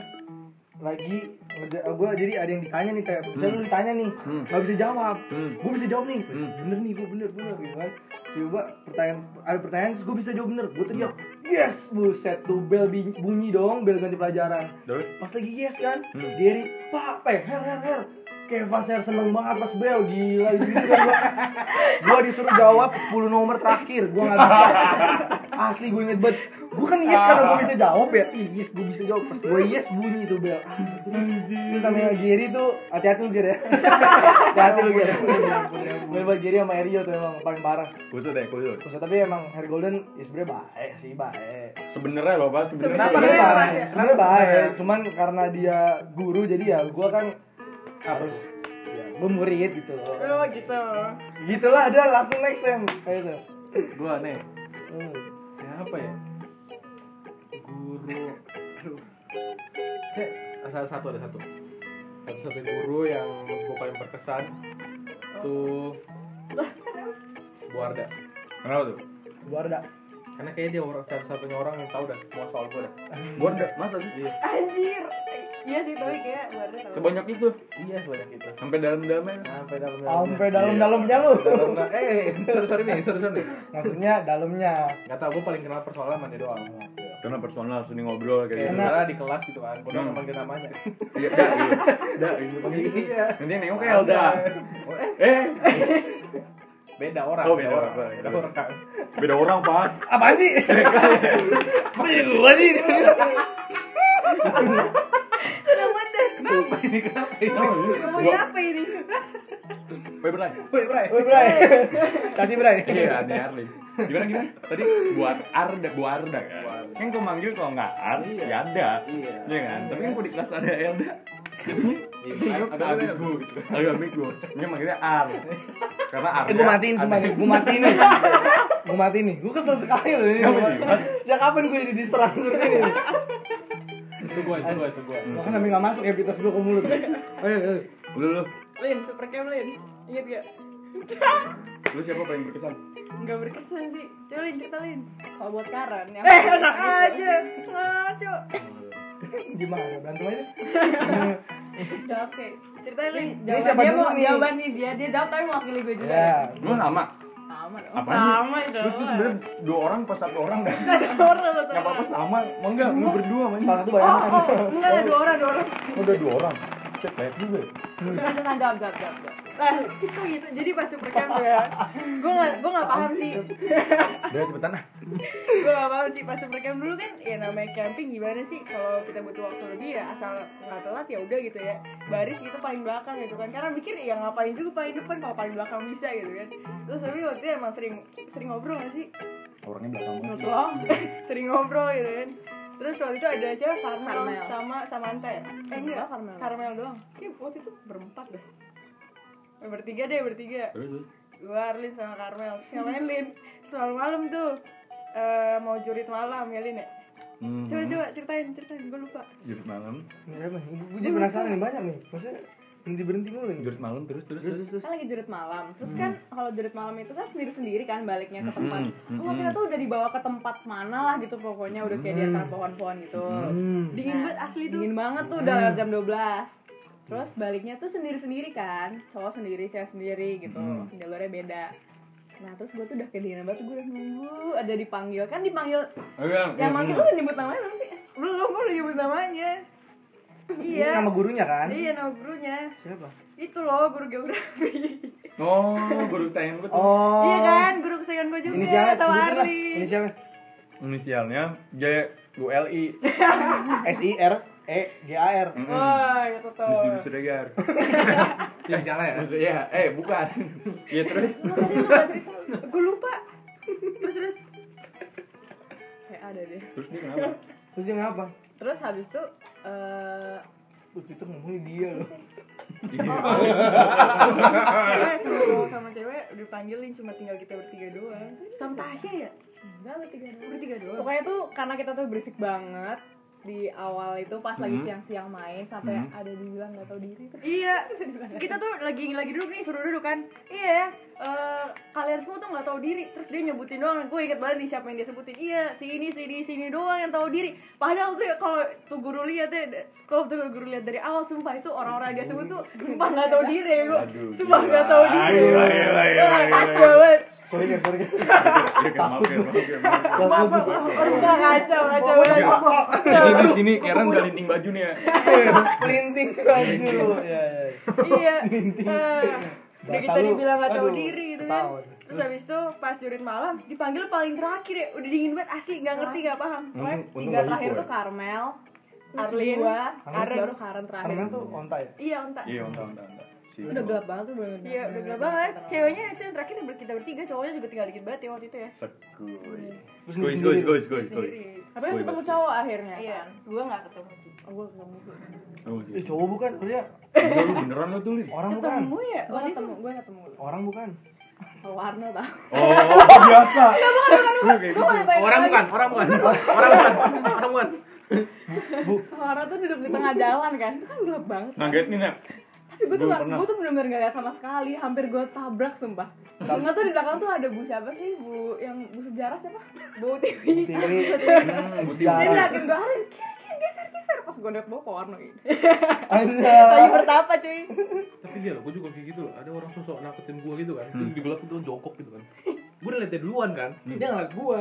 [SPEAKER 5] lagi ngerja eh, gua jadi ada yang ditanya nih kayak misalnya lu ditanya nih
[SPEAKER 1] Hmm.
[SPEAKER 5] nggak bisa jawab
[SPEAKER 1] Hmm.
[SPEAKER 5] gua bisa jawab nih
[SPEAKER 1] Hmm.
[SPEAKER 5] bener nih gua bener bener gitu kan Terus coba pertanyaan ada pertanyaan terus gua bisa jawab bener gua teriak yes buset tuh bel bi- bunyi dong bel ganti pelajaran
[SPEAKER 1] Terus?
[SPEAKER 5] pas lagi yes kan
[SPEAKER 1] Hmm.
[SPEAKER 5] Gary pak peh her her her Kevas her seneng banget pas bel gila gitu kan gua Gua disuruh jawab 10 nomor terakhir gua nggak bisa asli gue inget banget gua kan yes karena gua bisa jawab ya Ih, yes gua bisa jawab pas gua yes bunyi tuh bel terus namanya Gary tuh hati-hati lu Gary ya hati-hati lu Gary gue buat Gary sama Erio tuh emang paling parah
[SPEAKER 1] Kutu deh, kutu.
[SPEAKER 5] Terus tapi emang Harry Golden ya sebenernya baik sih baik
[SPEAKER 1] Sebenarnya loh, Pak.
[SPEAKER 3] Kenapa?
[SPEAKER 5] Sebenernya
[SPEAKER 3] Sebenarnya
[SPEAKER 5] baik,
[SPEAKER 3] baik.
[SPEAKER 5] sebenernya baik. Cuman karena dia guru jadi ya gue kan harus ya, gue murid gitu loh.
[SPEAKER 3] Oh gitu.
[SPEAKER 5] Gitulah ada langsung next Sam. Ayo Sam.
[SPEAKER 2] Gua nih.
[SPEAKER 5] Hmm.
[SPEAKER 2] Siapa ya? Guru. Aduh. Kayak ada satu ada satu. Satu satu guru yang menurut gua paling berkesan tuh Bu Arda.
[SPEAKER 1] Kenapa tuh?
[SPEAKER 5] Gua ada.
[SPEAKER 2] Karena kayaknya dia orang satu-satunya orang yang tahu dah semua soal gua dah.
[SPEAKER 1] Gua ada, masa sih?
[SPEAKER 3] Anjir. Iya sih tapi kayak luar biasa.
[SPEAKER 1] Sebanyak itu,
[SPEAKER 2] Iya sebanyak itu.
[SPEAKER 1] sampai dalam-dalamnya.
[SPEAKER 2] Sampai dalam
[SPEAKER 5] Sampai dalam-dalamnya lu.
[SPEAKER 1] Iya,
[SPEAKER 2] Eh, sorry sorry nih, sorry sorry nih.
[SPEAKER 5] Maksudnya dalamnya.
[SPEAKER 2] Gak tau, gue paling kenal persoalan sama dia doang
[SPEAKER 1] Karena personal sering ngobrol
[SPEAKER 2] Kayak
[SPEAKER 1] kayak gitu.
[SPEAKER 2] misalnya di kelas gitu kan, gue udah
[SPEAKER 1] Hmm.
[SPEAKER 2] manggil namanya
[SPEAKER 1] Iya, dah, iya. Dah, ini panggil gini.
[SPEAKER 2] Iya.
[SPEAKER 1] Nanti yang nengok kayak Elda. Eh,
[SPEAKER 2] Beda orang,
[SPEAKER 1] Oh,
[SPEAKER 2] beda
[SPEAKER 1] beda
[SPEAKER 2] orang
[SPEAKER 1] orang,
[SPEAKER 2] Beda
[SPEAKER 1] beda
[SPEAKER 2] orang
[SPEAKER 1] beda orang pas.
[SPEAKER 5] Apaan sih? Apa jadi gua sih?
[SPEAKER 3] Sedang banget deh. Kenapa?
[SPEAKER 1] Kenapa sih?
[SPEAKER 3] Ngomongin
[SPEAKER 1] Gua-
[SPEAKER 3] apa ini?
[SPEAKER 1] Wait, Bray.
[SPEAKER 2] Woi, Bray
[SPEAKER 5] Woi Bray. Tadi Bray.
[SPEAKER 1] Iya, Ade Arli. Gimana gimana? Tadi buat Arda, Bu Arda kan. Kan gua manggil kalau nggak Ar,
[SPEAKER 2] Iya.
[SPEAKER 1] ya ada.
[SPEAKER 2] Iya.
[SPEAKER 1] Iya kan? Tapi kan gua di kelas ada Elda. Jadinya
[SPEAKER 2] Ada adik gue gitu
[SPEAKER 1] agak bego. iya, Dia manggilnya Ar. Karena Ar.
[SPEAKER 5] Eh gue matiin semua nih, gue matiin nih Gue matiin nih, gue kesel sekali loh ini
[SPEAKER 1] Kenapa sih?
[SPEAKER 5] Sejak kapan gue jadi diserang seperti ini?
[SPEAKER 2] Itu gue, itu gue, itu gue
[SPEAKER 5] Bahkan sampe gak kan masuk epitas gue ke mulut Oh, iya, Ayo, ayo
[SPEAKER 1] Lu lu
[SPEAKER 3] Lin, super cam Lin. Ingat gak?
[SPEAKER 1] lu siapa paling berkesan?
[SPEAKER 3] Enggak berkesan sih. Coba Lin cerita Lin.
[SPEAKER 4] Kalau buat Karen yang gitu.
[SPEAKER 3] Eh, enak aja. Ngaco.
[SPEAKER 5] Gimana, berantem aja
[SPEAKER 4] Jawab kayak
[SPEAKER 3] Ceritain Lin.
[SPEAKER 5] Jadi
[SPEAKER 4] Jawaban
[SPEAKER 5] siapa
[SPEAKER 4] dia
[SPEAKER 5] dulu
[SPEAKER 4] mau
[SPEAKER 5] nih?
[SPEAKER 4] jawaban nih dia dia jawab tapi mewakili gue juga.
[SPEAKER 5] Ya
[SPEAKER 1] Lu sama.
[SPEAKER 4] Sama dong.
[SPEAKER 1] Apa?
[SPEAKER 3] Sama itu.
[SPEAKER 1] Lu tuh sebenarnya dua orang pas satu orang dah.
[SPEAKER 3] Orang satu
[SPEAKER 1] Gak apa-apa
[SPEAKER 3] orang.
[SPEAKER 1] sama. Mau enggak? Lu berdua
[SPEAKER 5] Ya. Salah
[SPEAKER 1] mana?
[SPEAKER 5] satu
[SPEAKER 3] Oh,
[SPEAKER 5] bayangan
[SPEAKER 3] oh, enggak ada dua orang, dua orang.
[SPEAKER 1] Udah dua orang. Cek banyak juga.
[SPEAKER 4] Itu kan jawab jawab jawab. jawab.
[SPEAKER 3] Nah, itu gitu. Jadi pas super cam ya. Gue enggak gue enggak paham sih.
[SPEAKER 1] Udah cepetan ah.
[SPEAKER 3] gue gak paham sih pas super camp dulu kan ya namanya camping gimana sih kalau kita butuh waktu lebih ya asal nggak telat ya udah gitu ya baris itu paling belakang gitu kan karena mikir ya ngapain juga paling depan kalau paling belakang bisa gitu kan terus tapi waktu itu emang sering sering ngobrol gak sih
[SPEAKER 1] Orangnya belakang.
[SPEAKER 4] Menurut lo?
[SPEAKER 3] sering ngobrol gitu kan terus waktu itu ada siapa Karmel,
[SPEAKER 4] Karmel.
[SPEAKER 3] sama Samantha ya eh enggak
[SPEAKER 4] Enggak, Karmel.
[SPEAKER 3] Karmel doang kayak waktu itu berempat deh Eh, bertiga deh bertiga
[SPEAKER 1] Terus terus.
[SPEAKER 3] gue Arlin sama Karmel terus ngapain Lin Terus malam-malam tuh eh, mau jurit malam ya Lin ya
[SPEAKER 5] Mhm.
[SPEAKER 1] Hmm.
[SPEAKER 3] coba coba ceritain ceritain gue lupa
[SPEAKER 1] Jurit malam.
[SPEAKER 5] Gue Iya, jadi penasaran nih banyak nih Maksudnya berhenti-berhenti mulu nih
[SPEAKER 1] Jurit malam terus terus. terus.
[SPEAKER 4] kan lagi jurit malam terus kan kalau jurit malam itu kan sendiri sendiri kan baliknya ke tempat
[SPEAKER 1] hmm,
[SPEAKER 4] oh kita tuh udah dibawa ke tempat mana lah gitu pokoknya udah kayak di antara pohon-pohon gitu
[SPEAKER 5] Hmm.
[SPEAKER 3] dingin banget asli tuh Hmm.
[SPEAKER 4] dingin banget tuh udah lewat jam 12 terus baliknya tuh sendiri sendiri kan cowok sendiri cewek sendiri gitu
[SPEAKER 3] Hmm.
[SPEAKER 4] jalurnya beda nah terus gue tuh udah kedinginan banget gue udah nunggu aja dipanggil kan dipanggil
[SPEAKER 1] Ayo.
[SPEAKER 4] yang manggil lu udah nyebut namanya apa sih
[SPEAKER 3] belum gue udah nyebut namanya
[SPEAKER 5] Ini
[SPEAKER 3] iya
[SPEAKER 5] nama gurunya kan?
[SPEAKER 3] iya nama gurunya
[SPEAKER 5] Siapa?
[SPEAKER 3] itu loh guru geografi
[SPEAKER 1] Oh, guru kesayangan gue tuh.
[SPEAKER 5] Oh.
[SPEAKER 3] Iya kan, guru kesayangan gue juga
[SPEAKER 5] Inisialnya
[SPEAKER 3] sama
[SPEAKER 5] sebutin lah.
[SPEAKER 3] Arli.
[SPEAKER 5] Inisialnya
[SPEAKER 1] Inisialnya J U L I.
[SPEAKER 5] S I R E G A R.
[SPEAKER 3] Wah, gitu tuh.
[SPEAKER 1] Jurus Sudegar.
[SPEAKER 2] Jangan salah ya.
[SPEAKER 1] Maksudnya, eh bukan. Iya terus.
[SPEAKER 3] Lu tadi lu nggak cerita, gue lupa. Terus terus.
[SPEAKER 4] kayak Ya, ada deh
[SPEAKER 1] Terus dia kenapa?
[SPEAKER 5] Terus dia ngapa?
[SPEAKER 4] terus habis itu eh
[SPEAKER 5] Terus itu ngomongin dia loh.
[SPEAKER 1] Iya.
[SPEAKER 3] Gue sama cowok sama cewek dipanggilin cuma tinggal kita bertiga doang. Sama Tasya ya?
[SPEAKER 4] enggak lu tiga doang.
[SPEAKER 3] Bertiga doang.
[SPEAKER 4] pokoknya tuh karena kita tuh berisik banget di awal itu pas lagi
[SPEAKER 3] Hmm.
[SPEAKER 1] Mhm.
[SPEAKER 4] siang-siang main sampai
[SPEAKER 1] Mhm.
[SPEAKER 4] ada dibilang nggak tahu diri tuh
[SPEAKER 3] Iya, kita tuh lagi lagi duduk nih suruh duduk kan. Iya ya, eh, kalian semua tuh nggak tahu diri. Terus dia nyebutin doang. Gue inget banget nih siapa yang dia sebutin. Iya, sini sini sini doang yang tahu diri. Padahal tuh ya, kalau tuh guru lihat ya, da- kalau tuh guru lihat dari awal sumpah itu orang-orang yang dia sebut tuh sumpah nggak tahu diri ya gue.
[SPEAKER 1] Aduh,
[SPEAKER 3] Sumpah
[SPEAKER 1] gila.
[SPEAKER 3] nggak tahu diri.
[SPEAKER 1] Gila, gila, gila,
[SPEAKER 3] Wah,
[SPEAKER 1] gila,
[SPEAKER 3] kacau banget.
[SPEAKER 5] Sorry guys, sorry guys.
[SPEAKER 1] Iya kan, maaf ya, maaf ya, maaf ya.
[SPEAKER 5] Gak tahu gue.
[SPEAKER 3] Wah, kacau kacau
[SPEAKER 5] Oh, iya.
[SPEAKER 3] banget.
[SPEAKER 1] Ini di sini Karen udah linting baju nih ya.
[SPEAKER 5] Linting baju. Ya, ya.
[SPEAKER 3] iya Ah. udah
[SPEAKER 5] Bahasa
[SPEAKER 3] kita
[SPEAKER 5] lu,
[SPEAKER 3] dibilang gak tahu
[SPEAKER 5] aduh,
[SPEAKER 3] diri gitu kan
[SPEAKER 5] ketahuan.
[SPEAKER 3] terus habis itu pas jurit malam dipanggil paling terakhir ya udah dingin banget asli nggak ngerti nggak paham
[SPEAKER 4] pokoknya
[SPEAKER 1] Untung- untung
[SPEAKER 4] tiga
[SPEAKER 1] gak kan
[SPEAKER 4] terakhir
[SPEAKER 1] ikut.
[SPEAKER 4] tuh Karmel terus
[SPEAKER 3] Arlin,
[SPEAKER 4] gua
[SPEAKER 5] Karen.
[SPEAKER 4] Karen baru Karen terakhir
[SPEAKER 5] Karena tuh onta ya.
[SPEAKER 3] iya entah
[SPEAKER 1] Iya, entah, entah, entah. Si-
[SPEAKER 4] udah gelap banget tuh belum
[SPEAKER 3] iya udah gelap banget ceweknya itu yang terakhir ber- kita bertiga cowoknya juga tinggal dikit banget ya waktu itu
[SPEAKER 5] Iya,
[SPEAKER 3] ya
[SPEAKER 5] kan?
[SPEAKER 1] Sekuy.
[SPEAKER 5] Terus
[SPEAKER 1] Skuy, skuy,
[SPEAKER 5] sendiri.
[SPEAKER 1] skuy, skuy, skuy.
[SPEAKER 3] sendiri
[SPEAKER 4] tapi aku ketemu cowok akhirnya
[SPEAKER 3] iya
[SPEAKER 4] kan
[SPEAKER 3] gua nggak ketemu sih
[SPEAKER 4] oh, gue ketemu
[SPEAKER 1] Oh,
[SPEAKER 5] Eh,
[SPEAKER 1] sih.
[SPEAKER 5] cowok bukan, dia
[SPEAKER 1] Gila, lu beneran lu tuh, Li?
[SPEAKER 5] orang bukan.
[SPEAKER 3] ketemu ya
[SPEAKER 4] gue
[SPEAKER 3] waktu itu
[SPEAKER 4] ketemu gue ketemu
[SPEAKER 5] Orang bukan.
[SPEAKER 4] oh, warna tau
[SPEAKER 1] Oh, biasa. Lu kayak gitu.
[SPEAKER 2] Orang bukan, orang bukan. Orang bukan. Orang bukan.
[SPEAKER 4] warna tuh duduk di tengah jalan kan itu kan gelap banget kan.
[SPEAKER 1] Ngaget Nah, nih, Nek.
[SPEAKER 4] tapi gue tuh
[SPEAKER 1] Gua
[SPEAKER 4] gak,
[SPEAKER 1] pernah.
[SPEAKER 4] gue tuh bener-bener gak liat sama sekali hampir gue tabrak sumpah Enggak tuh di belakang tuh ada bu siapa sih bu yang bu sejarah siapa
[SPEAKER 3] bau TV
[SPEAKER 5] Tiwi. Hmm,
[SPEAKER 1] putih.
[SPEAKER 4] dia
[SPEAKER 5] Sejarah.
[SPEAKER 4] nerakin gue Arin kiri kiri geser geser pas gue liat bawa ke warna gitu
[SPEAKER 5] Anda.
[SPEAKER 3] lagi bertapa cuy
[SPEAKER 2] Tapi dia loh, gue juga kayak gitu loh. Ada orang sosok nakutin gue gitu kan. Terus digelap itu jongkok gitu kan. Gue udah liat dia duluan kan. Dia nggak ngeliat gue.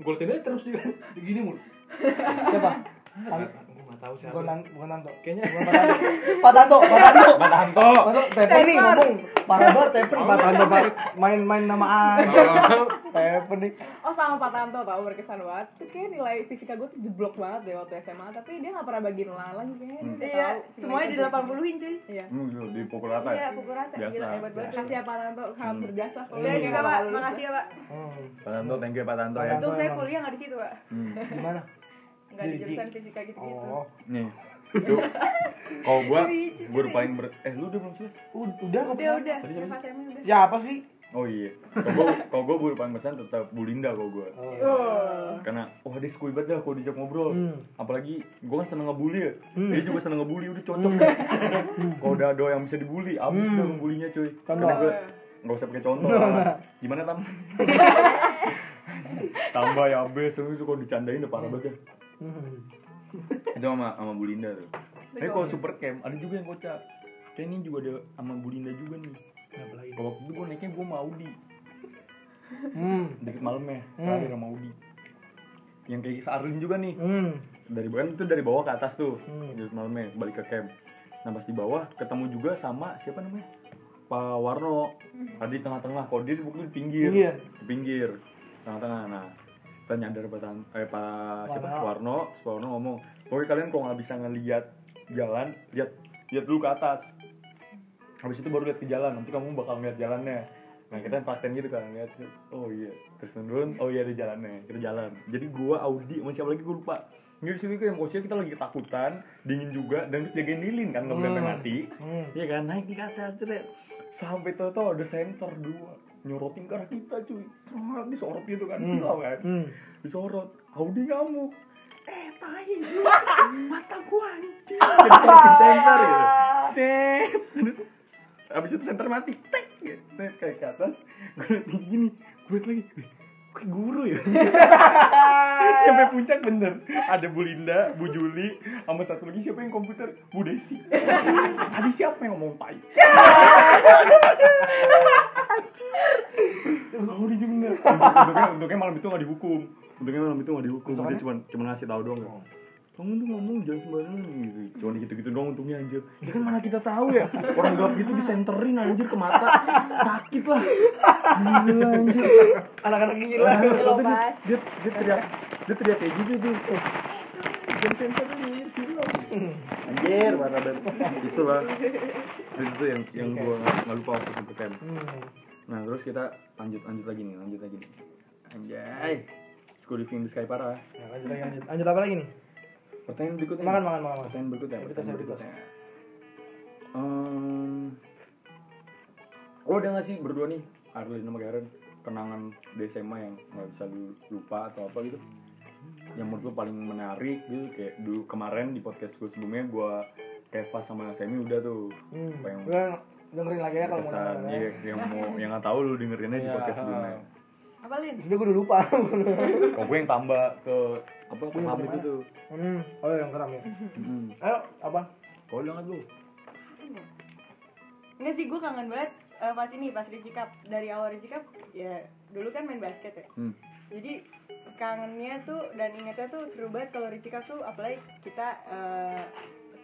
[SPEAKER 2] Gue liatin aja terus dia kan. Begini mulu.
[SPEAKER 5] Siapa?
[SPEAKER 2] Gue nggak tahu siapa.
[SPEAKER 5] Bukan Nan- bukan Nanto.
[SPEAKER 2] Kayaknya
[SPEAKER 5] Bukan Pak Tanto. Pak Tanto, Pak Tanto.
[SPEAKER 1] Mas Anto.
[SPEAKER 5] Pak Tanto, Tepen nih ngomong. Parah banget Tepen, Pak Tanto Pak. main-main nama aja. Tepen nih.
[SPEAKER 4] oh sama Pak Tanto tau berkesan banget tuh kayak nilai fisika gue tuh jeblok banget deh waktu SMA tapi dia gak pernah bagiin ulangan lagi kayaknya dia udah
[SPEAKER 3] iya
[SPEAKER 4] tahu
[SPEAKER 3] semuanya di
[SPEAKER 4] nilai jelek.
[SPEAKER 3] 80-in cuy
[SPEAKER 4] iya
[SPEAKER 1] Hmm, gila, di pukul rata ya?
[SPEAKER 3] iya pukul rata
[SPEAKER 1] Biasa,
[SPEAKER 3] gila hebat
[SPEAKER 5] Iya.
[SPEAKER 3] banget
[SPEAKER 1] biasa.
[SPEAKER 4] kasih ya Pak Tanto sangat berjasa kalau
[SPEAKER 3] saya
[SPEAKER 4] dia
[SPEAKER 3] juga
[SPEAKER 4] nggak
[SPEAKER 3] pak
[SPEAKER 4] lulus.
[SPEAKER 3] makasih ya pak
[SPEAKER 5] Hmm,
[SPEAKER 1] Pak Tanto, thank you Pak Tanto ya.
[SPEAKER 5] Pak Tanto.
[SPEAKER 3] untung saya
[SPEAKER 5] emang.
[SPEAKER 3] kuliah nggak di situ pak
[SPEAKER 1] Hmm.
[SPEAKER 5] Gimana?
[SPEAKER 3] nggak di
[SPEAKER 5] Jadi-
[SPEAKER 3] jurusan fisika gitu gitu
[SPEAKER 5] Oh,
[SPEAKER 1] Nih. Tuh. Kalau gua, gua udah paling ber... Eh, lu udah belum sih?
[SPEAKER 5] ud- udah kok.
[SPEAKER 3] udah udah
[SPEAKER 1] Tadi apa?
[SPEAKER 3] Mas Emil udah
[SPEAKER 5] Siapa sih?
[SPEAKER 1] Oh iya. Kalau gua, kalau gua guru paling berkesan tetap Bu Linda kalau gua.
[SPEAKER 3] Oh.
[SPEAKER 1] Karena wah dia skuy banget dah kalau diajak ngobrol.
[SPEAKER 5] Hmm.
[SPEAKER 1] Apalagi gua kan seneng ngebully ya. Dia juga seneng ngebully udah cocok. kalau udah ada yang bisa dibully, abis
[SPEAKER 5] Hmm.
[SPEAKER 1] udah ngebullynya cuy.
[SPEAKER 5] Contoh.
[SPEAKER 1] Karena gua nggak usah pakai contoh. lah. Gimana tam? Tambah ya abis, terus kalau dicandain udah parah banget. dah.
[SPEAKER 5] Hmm.
[SPEAKER 1] Itu sama sama Bu Linda tuh. Tapi kalau super camp ada juga yang kocak. Kayak ini juga ada sama Bu Linda juga nih.
[SPEAKER 5] Kenapa lagi?
[SPEAKER 1] Kalau waktu itu gua naiknya gua mau di
[SPEAKER 5] Hmm.
[SPEAKER 1] deket malamnya,
[SPEAKER 5] Hmm.
[SPEAKER 1] terakhir sama Audi. Yang kayak Arun juga nih.
[SPEAKER 5] Hmm.
[SPEAKER 1] dari kan itu dari bawah ke atas tuh
[SPEAKER 5] Hmm.
[SPEAKER 1] jadi malamnya balik ke camp nah pas di bawah ketemu juga sama siapa namanya Pak Warno tadi di tengah-tengah kalau dia bukan di pinggir
[SPEAKER 5] Pinggir.
[SPEAKER 1] di pinggir tengah-tengah nah kita nyadar Pak Tan- eh, Pak siapa
[SPEAKER 5] Warno.
[SPEAKER 1] Warno Pak Warno ngomong oke kalian kalau nggak bisa ngelihat jalan lihat lihat dulu ke atas habis itu baru lihat ke jalan nanti kamu bakal ngeliat jalannya nah kita praktek gitu kan lihat oh iya terus turun oh iya ada jalannya kita jalan jadi gua Audi sama siapa lagi gua lupa Nggak sih itu yang posisinya kita lagi ketakutan dingin juga dan terus jagain lilin kan nggak boleh sampai
[SPEAKER 5] Hmm.
[SPEAKER 1] mati
[SPEAKER 5] Hmm.
[SPEAKER 1] Iya kan naik di atas ceret sampai tau tau ada senter dua nyorotin ke arah kita cuy serat disorot gitu kan
[SPEAKER 5] Hmm.
[SPEAKER 1] silau kan
[SPEAKER 5] Hmm.
[SPEAKER 1] disorot Audi ngamuk eh tai mata gua anjing jadi sorotin senter gitu Cet. terus abis itu senter mati tek gitu Tek, kayak ke atas gue liat gini gue liat lagi "Wih, kayak guru ya sampai puncak bener ada Bu Linda Bu Juli sama satu lagi siapa yang komputer Bu Desi tadi siapa yang ngomong tai Oh, dia juga bener. Untungnya, untungnya malam itu gak dihukum. Untungnya malam itu gak dihukum. Dia
[SPEAKER 5] Besokannya?
[SPEAKER 1] cuma cuma ngasih tahu doang. ya. kamu tuh ngomong jangan sembarangan gitu cuma gitu-gitu doang untungnya anjir ya kan mana kita tahu ya orang gelap gitu disenterin anjir ke mata sakit lah gila anjir
[SPEAKER 5] anak-anak gila Hmm.
[SPEAKER 1] Nah,
[SPEAKER 3] Gila,
[SPEAKER 1] tapi dia,
[SPEAKER 3] Mas.
[SPEAKER 1] dia, dia teriak dia teriak kayak gitu tuh Eh, jangan senterin anjir sini. anjir mana dan itulah itu tuh yang yang gua nggak nggak lupa waktu itu kan
[SPEAKER 5] Hmm.
[SPEAKER 1] Nah terus kita lanjut lanjut lagi nih, lanjut lagi nih. Anjay, school living di Sky parah.
[SPEAKER 5] Nah, lanjut lagi lanjut lanjut apa lagi nih
[SPEAKER 1] Pertanyaan berikutnya.
[SPEAKER 5] makan makan makan makan
[SPEAKER 1] Pertanyaan berikutnya.
[SPEAKER 5] Berita,
[SPEAKER 1] Pertanyaan
[SPEAKER 5] berita.
[SPEAKER 1] berikutnya. Ehm, lo oh, ada nggak sih berdua nih Arlin sama Karen kenangan di SMA yang nggak bisa lu lupa atau apa gitu? Yang menurut lo paling menarik gitu kayak dulu kemarin di podcast gue sebelumnya gue Keva sama Semi udah tuh Apa
[SPEAKER 5] hmm.
[SPEAKER 1] yang-
[SPEAKER 5] Gua dengerin lagi ya kalau mau
[SPEAKER 1] kesan
[SPEAKER 5] dengerin ya.
[SPEAKER 1] Iya, yang mau yang nggak tahu lu dengerinnya di
[SPEAKER 2] Ya.
[SPEAKER 1] podcast sebelumnya.
[SPEAKER 3] Apa Lin?
[SPEAKER 5] sebenernya gue udah lupa
[SPEAKER 1] Kalau gue yang tambah ke apa ke
[SPEAKER 5] Punya
[SPEAKER 1] pamit
[SPEAKER 5] kemana?
[SPEAKER 1] itu.
[SPEAKER 5] hmm. oh yang keram ya
[SPEAKER 1] Heeh.
[SPEAKER 5] ayo apa
[SPEAKER 1] Kalau jangan lu.
[SPEAKER 3] Enggak sih, gue kangen banget eh, pas ini, pas di Cikap Dari awal di Cikap, ya dulu kan main basket ya
[SPEAKER 1] Hmm.
[SPEAKER 3] Jadi kangennya tuh dan ingatnya tuh seru banget kalau di Cikap tuh Apalagi kita eh,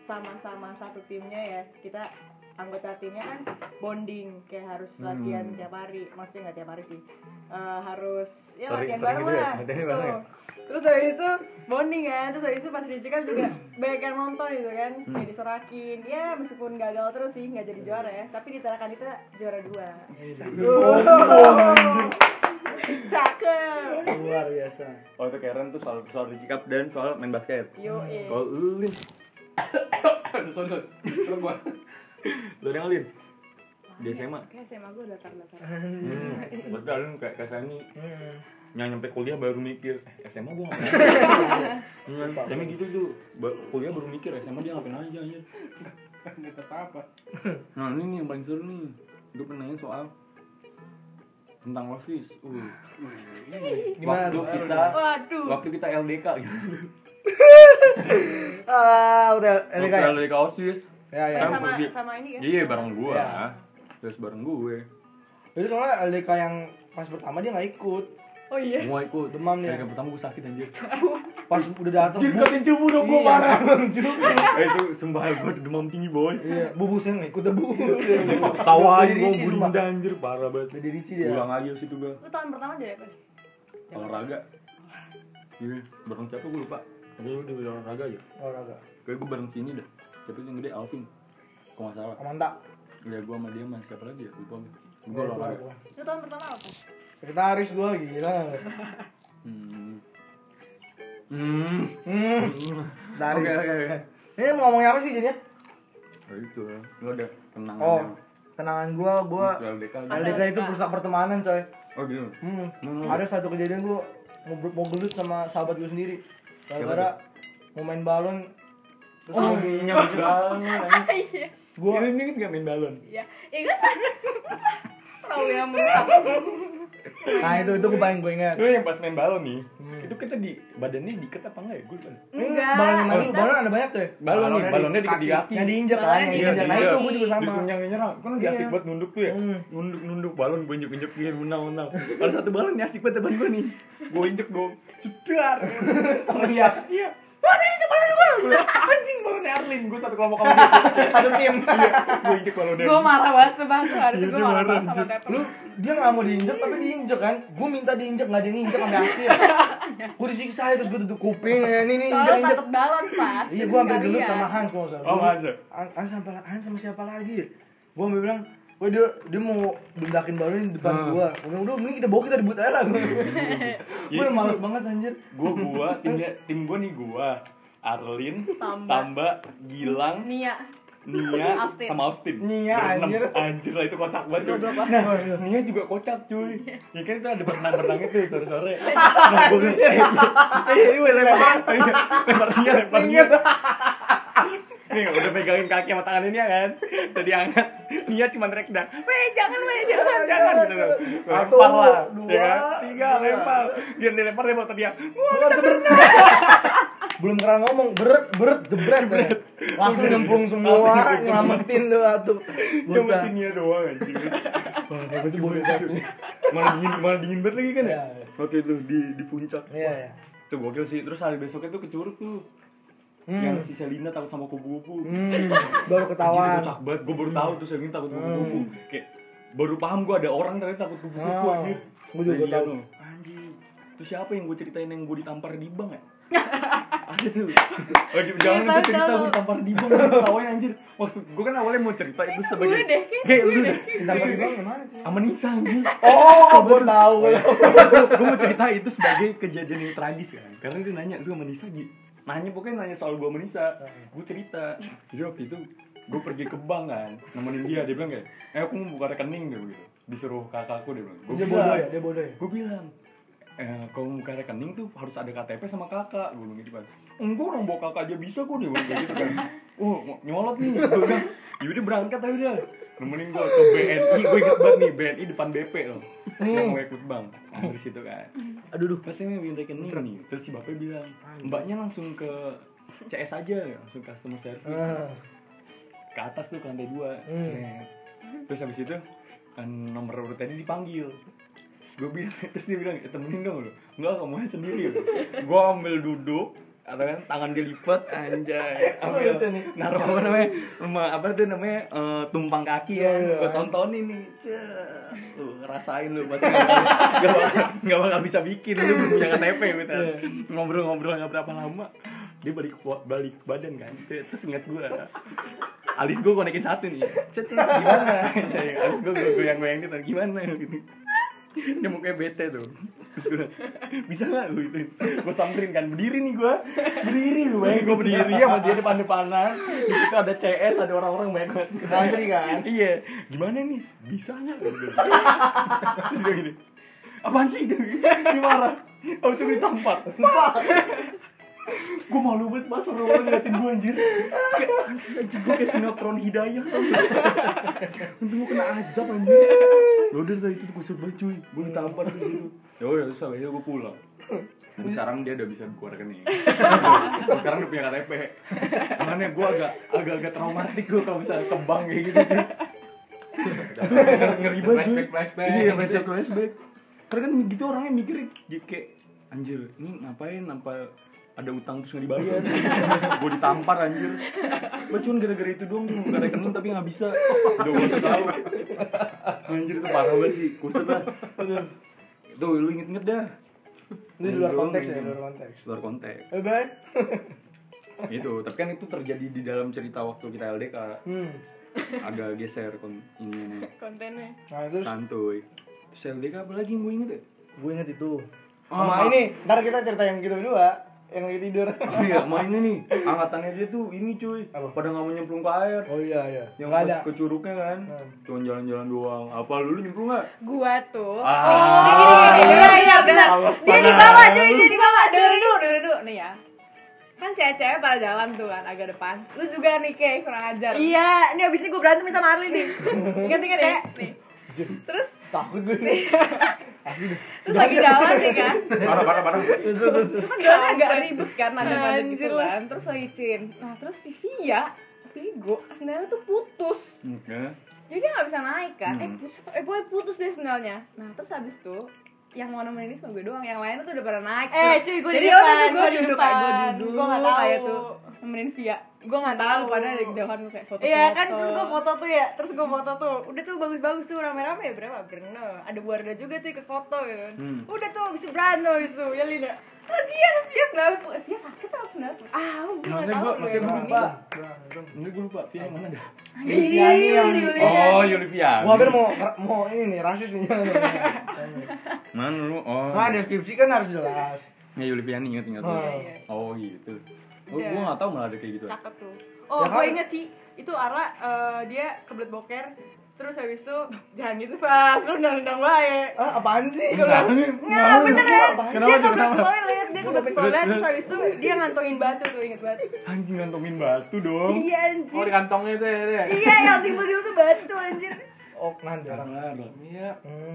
[SPEAKER 3] sama-sama satu timnya ya Kita anggota timnya kan bonding Kayak harus latihan
[SPEAKER 1] Hmm.
[SPEAKER 3] tiap hari Maksudnya nggak tiap hari sih Eh, Harus ya
[SPEAKER 1] Sering-
[SPEAKER 3] latihan
[SPEAKER 1] sering
[SPEAKER 3] bareng
[SPEAKER 1] gitu ya,
[SPEAKER 3] lah
[SPEAKER 1] latihannya
[SPEAKER 3] gitu.
[SPEAKER 1] bareng ya?
[SPEAKER 3] Terus habis itu bonding kan Terus habis itu pas di Cikap juga banyak yang nonton gitu kan
[SPEAKER 1] Hmm.
[SPEAKER 3] Kayak disorakin Ya meskipun gagal terus sih nggak jadi juara ya Tapi di Tarakan itu juara dua
[SPEAKER 1] Iya,
[SPEAKER 3] Cakep
[SPEAKER 5] luar biasa
[SPEAKER 1] Kalau Oh, itu Karen tuh soal soal dicikap dan soal main basket.
[SPEAKER 3] Yo
[SPEAKER 1] Kalau lu Lin,
[SPEAKER 2] Aduh, sorry, sorry. Terus gua.
[SPEAKER 1] lu ada ngalin? Di SMA.
[SPEAKER 4] Kayak SMA gue datar-datar.
[SPEAKER 1] Hmm. Berarti Alin kayak kayak Semi
[SPEAKER 5] hmm.
[SPEAKER 1] yang nyampe kuliah baru mikir eh, SMA gua ngapain? Hmm, Semi gitu tuh. Ba- Kuliah baru mikir SMA dia ngapain aja anjir.
[SPEAKER 2] Ini kata apa?
[SPEAKER 1] Nah, ini nih yang paling seru nih. Gue pernah nanya soal tentang office. Uh.
[SPEAKER 5] Gimana
[SPEAKER 1] waktu
[SPEAKER 5] tuh?
[SPEAKER 1] kita
[SPEAKER 3] Waduh.
[SPEAKER 1] waktu kita LDK gitu.
[SPEAKER 5] ah udah
[SPEAKER 1] Waktu
[SPEAKER 5] ini kayak
[SPEAKER 1] LDK OSIS.
[SPEAKER 5] ya ya
[SPEAKER 1] Kan
[SPEAKER 3] Eh, sama
[SPEAKER 1] pergi.
[SPEAKER 3] sama ini kan?
[SPEAKER 1] Iya, bareng gua.
[SPEAKER 5] Iya.
[SPEAKER 1] Terus bareng gue.
[SPEAKER 5] jadi soalnya LDK yang pas pertama dia nggak ikut
[SPEAKER 3] Oh iya.
[SPEAKER 1] Mau ikut.
[SPEAKER 5] Demam nih.
[SPEAKER 1] LDK pertama gue sakit anjir.
[SPEAKER 5] pas udah datang bu-
[SPEAKER 1] cubu dong
[SPEAKER 5] gua parah.
[SPEAKER 1] Iya. eh, itu sumpah gue demam tinggi boy.
[SPEAKER 5] iya bubusnya nggak ikut debu iya.
[SPEAKER 1] Tawain
[SPEAKER 5] Jadi
[SPEAKER 1] gue
[SPEAKER 5] Ricci,
[SPEAKER 1] gurinda
[SPEAKER 5] sumpah. Iya.
[SPEAKER 1] anjir parah banget.
[SPEAKER 5] jadi Ricci dia
[SPEAKER 1] Pulang lagi situ gue
[SPEAKER 4] Lu tahun pertama kan? jadi apa nih?
[SPEAKER 1] olahraga. Iya, bareng siapa gue lupa. Tapi lu udah olahraga aja.
[SPEAKER 5] olahraga
[SPEAKER 1] Kayak gue bareng sini dah. Tapi yang gede Alvin. Kalau nggak salah.
[SPEAKER 5] Amanda
[SPEAKER 1] Ya gue sama dia sama siapa lagi ya? Lupa gue. Gue
[SPEAKER 5] Gua Iya, lupa
[SPEAKER 1] olahraga.
[SPEAKER 5] gua.
[SPEAKER 4] Lu tahun pertama apa?
[SPEAKER 5] sekretaris gua gila
[SPEAKER 1] Hmm. Hmm.
[SPEAKER 5] hmm dari
[SPEAKER 1] Oke oke oke.
[SPEAKER 5] ini mau ngomongin apa sih jadinya
[SPEAKER 1] Nah, itu ya. Lu ada kenangan
[SPEAKER 5] oh
[SPEAKER 1] yang-
[SPEAKER 5] kenangan gua gua
[SPEAKER 1] Lu LDK aja.
[SPEAKER 5] LDK kan itu perusak pertemanan coy
[SPEAKER 1] Oh gitu.
[SPEAKER 5] Hmm.
[SPEAKER 1] Hmm.
[SPEAKER 5] Ada satu kejadian gue mau, ber- mau gelut sama sahabat gue sendiri. Gara-gara mau main balon. Terus
[SPEAKER 1] Oh,
[SPEAKER 5] mau gelut.
[SPEAKER 1] nyambut
[SPEAKER 5] ya.
[SPEAKER 1] banget.
[SPEAKER 3] Iya.
[SPEAKER 1] Gua
[SPEAKER 5] Gua-
[SPEAKER 1] ini gak main balon.
[SPEAKER 3] Iya. Ingat kan? Tahu
[SPEAKER 4] ya,
[SPEAKER 3] yang merusak.
[SPEAKER 5] Nah itu itu gue paling gue ingat.
[SPEAKER 1] Lu yang pas main balon nih,
[SPEAKER 5] Hmm.
[SPEAKER 1] itu kita di badannya diiket apa enggak ya? Gue lupa.
[SPEAKER 4] Enggak.
[SPEAKER 5] Balon yang main lu,
[SPEAKER 4] kita-
[SPEAKER 5] balon ada banyak tuh. ya?
[SPEAKER 1] Balon nih, balonnya diiket di kaki.
[SPEAKER 5] Yang diinjak kan,
[SPEAKER 4] Balonnya
[SPEAKER 5] yang
[SPEAKER 1] Iya,
[SPEAKER 5] diinjak. Nah
[SPEAKER 1] iya.
[SPEAKER 5] itu gue juga sama.
[SPEAKER 1] Disuruh nyerang nyerang, kan lagi asik
[SPEAKER 5] Iya.
[SPEAKER 1] banget nunduk tuh ya.
[SPEAKER 5] Hmm.
[SPEAKER 1] Nunduk nunduk balon gue injek injek gini menang menang. Ada satu balon nih asik banget teman gue nih. Gue injek gue cedar. Iya iya. Wah ini injek balon gue. Gua liat, Anjing balonnya Arlin. Gue satu kelompok sama dia.
[SPEAKER 5] Satu tim.
[SPEAKER 1] Gue injek balonnya.
[SPEAKER 4] Gue marah banget sebab gue hari itu
[SPEAKER 1] Iya,
[SPEAKER 4] gue
[SPEAKER 1] dia
[SPEAKER 4] marah
[SPEAKER 1] marah,
[SPEAKER 4] banget sama
[SPEAKER 1] anjir.
[SPEAKER 4] Tepper.
[SPEAKER 5] Lu dia nggak mau diinjak tapi diinjak kan? Gue minta diinjak nggak ada yang injak sampai akhir. Gue disiksa terus gue tutup kuping. Ini nih
[SPEAKER 4] Soalnya
[SPEAKER 5] injak
[SPEAKER 4] lu
[SPEAKER 5] injak.
[SPEAKER 4] takut balon pas.
[SPEAKER 5] Iya, gue hampir gelut
[SPEAKER 3] ya.
[SPEAKER 4] Sekalian.
[SPEAKER 5] sama Hans kalau nggak salah.
[SPEAKER 1] Oh,
[SPEAKER 5] Gua-
[SPEAKER 1] Hans ya?
[SPEAKER 5] Han Hans sama Hans sama siapa lagi? ya? Gue hampir bilang, Wah dia, dia mau bendakin balon di depan
[SPEAKER 1] Hmm.
[SPEAKER 5] gua. Gua bilang, udah mending kita bawa kita debut aja lah Gua iya.
[SPEAKER 1] Ya,
[SPEAKER 5] Gua
[SPEAKER 1] itu
[SPEAKER 5] males
[SPEAKER 1] tuh.
[SPEAKER 5] banget anjir
[SPEAKER 1] Gue gue tim dia- tim gue nih gue. Arlin,
[SPEAKER 4] Tamba.
[SPEAKER 1] Tamba, Gilang,
[SPEAKER 4] Nia.
[SPEAKER 1] Nia
[SPEAKER 4] Austin.
[SPEAKER 1] sama Austin.
[SPEAKER 5] Nia,
[SPEAKER 1] Berenam.
[SPEAKER 5] anjir.
[SPEAKER 1] Anjir lah itu kocak banget. cuy.
[SPEAKER 4] Goblok banget.
[SPEAKER 1] Nah, Nia juga kocak cuy. Ya kan itu ada berenang-berenang itu sore-sore. Nah, gue bilang, eh, eh, eh, gue lempar, lempar dia, lempar dia. Nih, udah pegangin kaki sama tangan ini ya kan. Tadi angkat. Nia cuma rek dah. Weh, jangan, weh, jangan, jangan. Gitu, loh. Gue
[SPEAKER 5] Satu,
[SPEAKER 1] lempar lah. ya
[SPEAKER 5] dua,
[SPEAKER 1] kan? Tiga,
[SPEAKER 5] dua.
[SPEAKER 1] lempar. Dia dilempar, dia bawa teriak. Wah,
[SPEAKER 5] Gua langsung ber- Belum kelar ngomong, beret, beret, jebret ya. Langsung nyemplung semua,
[SPEAKER 1] Langsung nyemplung semua.
[SPEAKER 5] nyelamatin tuh atuh
[SPEAKER 1] Cuma
[SPEAKER 5] Bocah
[SPEAKER 1] tingginya doang anjing. Wah, hebat sih
[SPEAKER 5] Bocah.
[SPEAKER 1] bocah. Malah dingin, malah dingin banget lagi kan ya?
[SPEAKER 5] Iya, iya.
[SPEAKER 1] Waktu itu di di puncak.
[SPEAKER 5] Iya, iya
[SPEAKER 1] Itu gokil sih. Terus hari besoknya tuh ke Curug tuh.
[SPEAKER 5] Hmm.
[SPEAKER 1] yang si Selina takut sama kupu-kupu
[SPEAKER 5] Hmm, baru
[SPEAKER 1] Anjir,
[SPEAKER 5] ketahuan.
[SPEAKER 1] kocak banget gue baru tahu tuh Selina takut sama kupu-kupu
[SPEAKER 5] Hmm.
[SPEAKER 1] kayak baru paham gue ada orang ternyata takut kupu-kupu Nah, iya
[SPEAKER 5] Oh,
[SPEAKER 1] anjir
[SPEAKER 5] gua juga
[SPEAKER 1] Gila
[SPEAKER 5] tahu.
[SPEAKER 1] lu. anjir itu siapa yang gue ceritain yang gue ditampar di bank ya ada tuh Oh, j- jangan
[SPEAKER 3] Iya,
[SPEAKER 1] gue
[SPEAKER 3] tahu,
[SPEAKER 1] cerita
[SPEAKER 3] tahu.
[SPEAKER 1] gue ditampar di bank gue ketawain anjir maksud gue kan awalnya mau cerita itu sebagai
[SPEAKER 3] gue deh,
[SPEAKER 1] kayak lu deh
[SPEAKER 5] Cinta bang yang mana sih?
[SPEAKER 1] sama Nisa anjir
[SPEAKER 5] Oh, gue tahu.
[SPEAKER 1] gue mau cerita itu sebagai kejadian yang tragis kan karena dia nanya lu sama Nisa Ji nanya pokoknya nanya soal gue sama Nisa gue cerita jadi waktu itu gue pergi ke bank kan nemenin dia dia bilang kayak eh aku mau buka rekening dia bilang gitu. disuruh kakakku dia bilang gue
[SPEAKER 5] Dia bodoh
[SPEAKER 1] bilang
[SPEAKER 5] ya, dia bodoh ya.
[SPEAKER 1] gue bilang eh kalau mau buka rekening tuh harus ada KTP sama kakak gue bilang gitu kan enggak orang bawa kakak aja bisa gue dia bilang kayak gitu kan oh nyolot nih gue bilang yaudah berangkat aja udah nemenin gue ke BNI gue inget banget nih BNI depan BP loh yang mau ikut bank nah, dari situ kan aduh duh pasti mau minta rekening nih terus si bapaknya bilang mbaknya langsung ke CS aja langsung customer service
[SPEAKER 5] Ah.
[SPEAKER 1] ke atas tuh ke lantai dua
[SPEAKER 5] Hmm.
[SPEAKER 1] Cet. terus habis itu kan nomor urut tadi dipanggil terus gue bilang terus dia bilang "Eh, temenin dong lu enggak kamu aja sendiri gue ambil duduk atau kan tangan dilipat anjay ambil
[SPEAKER 5] lucu nih.
[SPEAKER 1] naruh apa namanya ma- apa tuh namanya eh, tumpang kaki ya
[SPEAKER 5] Iya, iya.
[SPEAKER 1] gue tontonin nih Cet. lu ngerasain lu pasti gak bakal, gak bakal bisa bikin lu belum punya KTP gitu
[SPEAKER 5] Iya.
[SPEAKER 1] ngobrol-ngobrol nggak berapa lama dia balik balik badan kan Cet. terus ingat gue alis gue konekin satu nih cet cet, gimana Ya, ya, alis gue gue goyang goyang gitu gimana gitu dia mukanya bete tuh terus gue bilang, bisa nggak gue gitu gue samperin kan berdiri nih gue berdiri lu bayangin gue berdiri sama dia depan depanan di situ ada CS ada orang-orang banyak banget
[SPEAKER 5] Santri kan?
[SPEAKER 1] iya gimana nih bisa nggak Gua bilang. terus gue gini apaan sih dia dia marah Habis itu gue ditampar gue malu banget pas orang-orang ngeliatin gue anjir kayak anjir gue kayak sinetron hidayah tau nggak? untung gue kena azab anjir lo udah tadi itu gue banget cuy gue ditampar di situ ya udah terus abis itu gue pulang tapi sekarang dia udah bisa ya. keluar rekening Tapi sekarang udah punya KTP makanya gue agak agak agak traumatik gue kalau misalnya ke bank kayak gitu cuy ngeri banget cuy
[SPEAKER 2] Flashback, flashback.
[SPEAKER 1] iya flashback flashback karena kan gitu orangnya mikir kayak anjir ini ngapain apa ada utang terus nggak dibayar gue ditampar anjir gue cuman gara-gara itu doang gue buka rekening tapi nggak bisa udah gue kasih tahu anjir itu parah banget sih kusut lah tuh lu inget-inget dah
[SPEAKER 5] Ini di luar
[SPEAKER 1] Anjing,
[SPEAKER 5] konteks ya,
[SPEAKER 1] anjing.
[SPEAKER 5] di luar konteks.
[SPEAKER 1] luar konteks
[SPEAKER 5] Eh, Ben?
[SPEAKER 1] itu tapi kan itu terjadi di dalam cerita waktu kita LDK
[SPEAKER 5] Hmm.
[SPEAKER 1] agak geser kon ini
[SPEAKER 3] kontennya.
[SPEAKER 5] Nah, terus
[SPEAKER 1] santuy terus LDK apa lagi yang gue inget ya
[SPEAKER 5] gue inget itu.
[SPEAKER 1] Ah,
[SPEAKER 5] Sama
[SPEAKER 1] ah.
[SPEAKER 5] ini, ntar kita cerita yang kita berdua, yang lagi tidur.
[SPEAKER 1] Oh iya, mainnya nih. Angkatannya dia tuh ini cuy.
[SPEAKER 5] Apa?
[SPEAKER 1] Pada nggak mau nyemplung ke air.
[SPEAKER 5] Oh iya, iya.
[SPEAKER 1] Yang
[SPEAKER 5] Nggak
[SPEAKER 1] pas
[SPEAKER 5] ada.
[SPEAKER 1] ke curugnya kan.
[SPEAKER 5] Hmm.
[SPEAKER 1] Cuman jalan-jalan doang. Apa lu lu nyemplung nggak?
[SPEAKER 4] Gua tuh
[SPEAKER 1] Ah.
[SPEAKER 4] Gini, gini, gini, iya, benar.
[SPEAKER 1] Alasan
[SPEAKER 4] Dia di bawah
[SPEAKER 1] aja
[SPEAKER 4] cuy,
[SPEAKER 1] lu.
[SPEAKER 4] dia di bawah. Dengerin dulu, dengerin dulu nih ya. Kan cewek-cewek pada jalan tuh kan agak depan. Lu juga nih kayak kurang ajar.
[SPEAKER 3] Iya, ini abis ini gue berantem sama Arli nih. Ingat-ingat ya. Nih.
[SPEAKER 4] Terus
[SPEAKER 5] Takut gue nih.
[SPEAKER 4] terus lagi jalan nih kan.
[SPEAKER 1] Parah parah parah.
[SPEAKER 4] Itu kan jalan agak ribet kan, agak
[SPEAKER 3] Anjir
[SPEAKER 4] padat gitu
[SPEAKER 3] lah.
[SPEAKER 4] kan. Terus lagi cin. Nah, terus si Via bego, sendalnya tuh putus.
[SPEAKER 1] Oke.
[SPEAKER 4] Jadi dia nggak bisa naik kan. Eh
[SPEAKER 1] Hmm.
[SPEAKER 4] putus, eh boy putus deh sendalnya. Nah, terus habis tuh yang mau nemenin ini sama gue doang, yang lainnya tuh udah pada naik.
[SPEAKER 3] Eh, cuy, gue di
[SPEAKER 4] Jadi ya waktu itu
[SPEAKER 3] depan.
[SPEAKER 4] gue
[SPEAKER 3] di
[SPEAKER 4] duduk
[SPEAKER 3] depan.
[SPEAKER 4] kayak gue duduk
[SPEAKER 3] Gue nggak tahu.
[SPEAKER 4] kayak tuh nemenin Via. Gue nggak tahu
[SPEAKER 3] tahu.
[SPEAKER 4] pada dari kejauhan gue kayak foto.
[SPEAKER 3] Iya kan, terus gue foto tuh ya, terus gue foto tuh Udah tuh bagus-bagus tuh, rame-rame ya berapa? Berenam, ada Warda juga tuh ikut foto gitu kan
[SPEAKER 1] Hmm.
[SPEAKER 3] Udah tuh, abis itu berantem abis itu, ya Lina
[SPEAKER 4] Lagian Via sendal, Via sakit apa sendal?
[SPEAKER 3] Ah, gue nggak
[SPEAKER 1] Makanya
[SPEAKER 3] tahu
[SPEAKER 1] gue makanya gue lupa.
[SPEAKER 5] Berantem.
[SPEAKER 1] Ini gue lupa. Via yang mana dah?
[SPEAKER 3] Iya, iya,
[SPEAKER 1] Oh Yulivia.
[SPEAKER 5] Gua hampir mau mau ini nih rasis nih.
[SPEAKER 1] Mana lu? Oh.
[SPEAKER 5] Nah, deskripsi kan harus jelas.
[SPEAKER 1] Ya Yulivia nih ingat ingat.
[SPEAKER 5] Iya,
[SPEAKER 3] iya.
[SPEAKER 1] Oh gitu. Gue
[SPEAKER 3] Udah.
[SPEAKER 1] gue nggak tahu malah ada kayak gitu.
[SPEAKER 3] Cakep tuh Oh,
[SPEAKER 5] Ya
[SPEAKER 3] gue
[SPEAKER 5] kan?
[SPEAKER 3] inget sih, itu Arla, eh, dia kebelet boker Terus habis itu, jangan gitu pas, lu nendang baik
[SPEAKER 5] Ah, apaan sih?
[SPEAKER 1] Nah, ini-
[SPEAKER 3] Nggak, beneran
[SPEAKER 1] Kenapa
[SPEAKER 3] Dia
[SPEAKER 1] tuh,
[SPEAKER 3] kebelet
[SPEAKER 1] kenapa?
[SPEAKER 3] toilet, dia kebelet toilet Terus habis itu, dia ngantongin batu tuh, inget banget
[SPEAKER 1] Anjing ngantongin batu dong.
[SPEAKER 3] Iya
[SPEAKER 2] Oh di
[SPEAKER 3] anjir
[SPEAKER 2] kantongnya itu ya. dia.
[SPEAKER 3] Iya, yang timbul di situ batu anjir
[SPEAKER 5] Oh, nanti orang.
[SPEAKER 1] Parah.
[SPEAKER 2] Iya.
[SPEAKER 5] Hmm,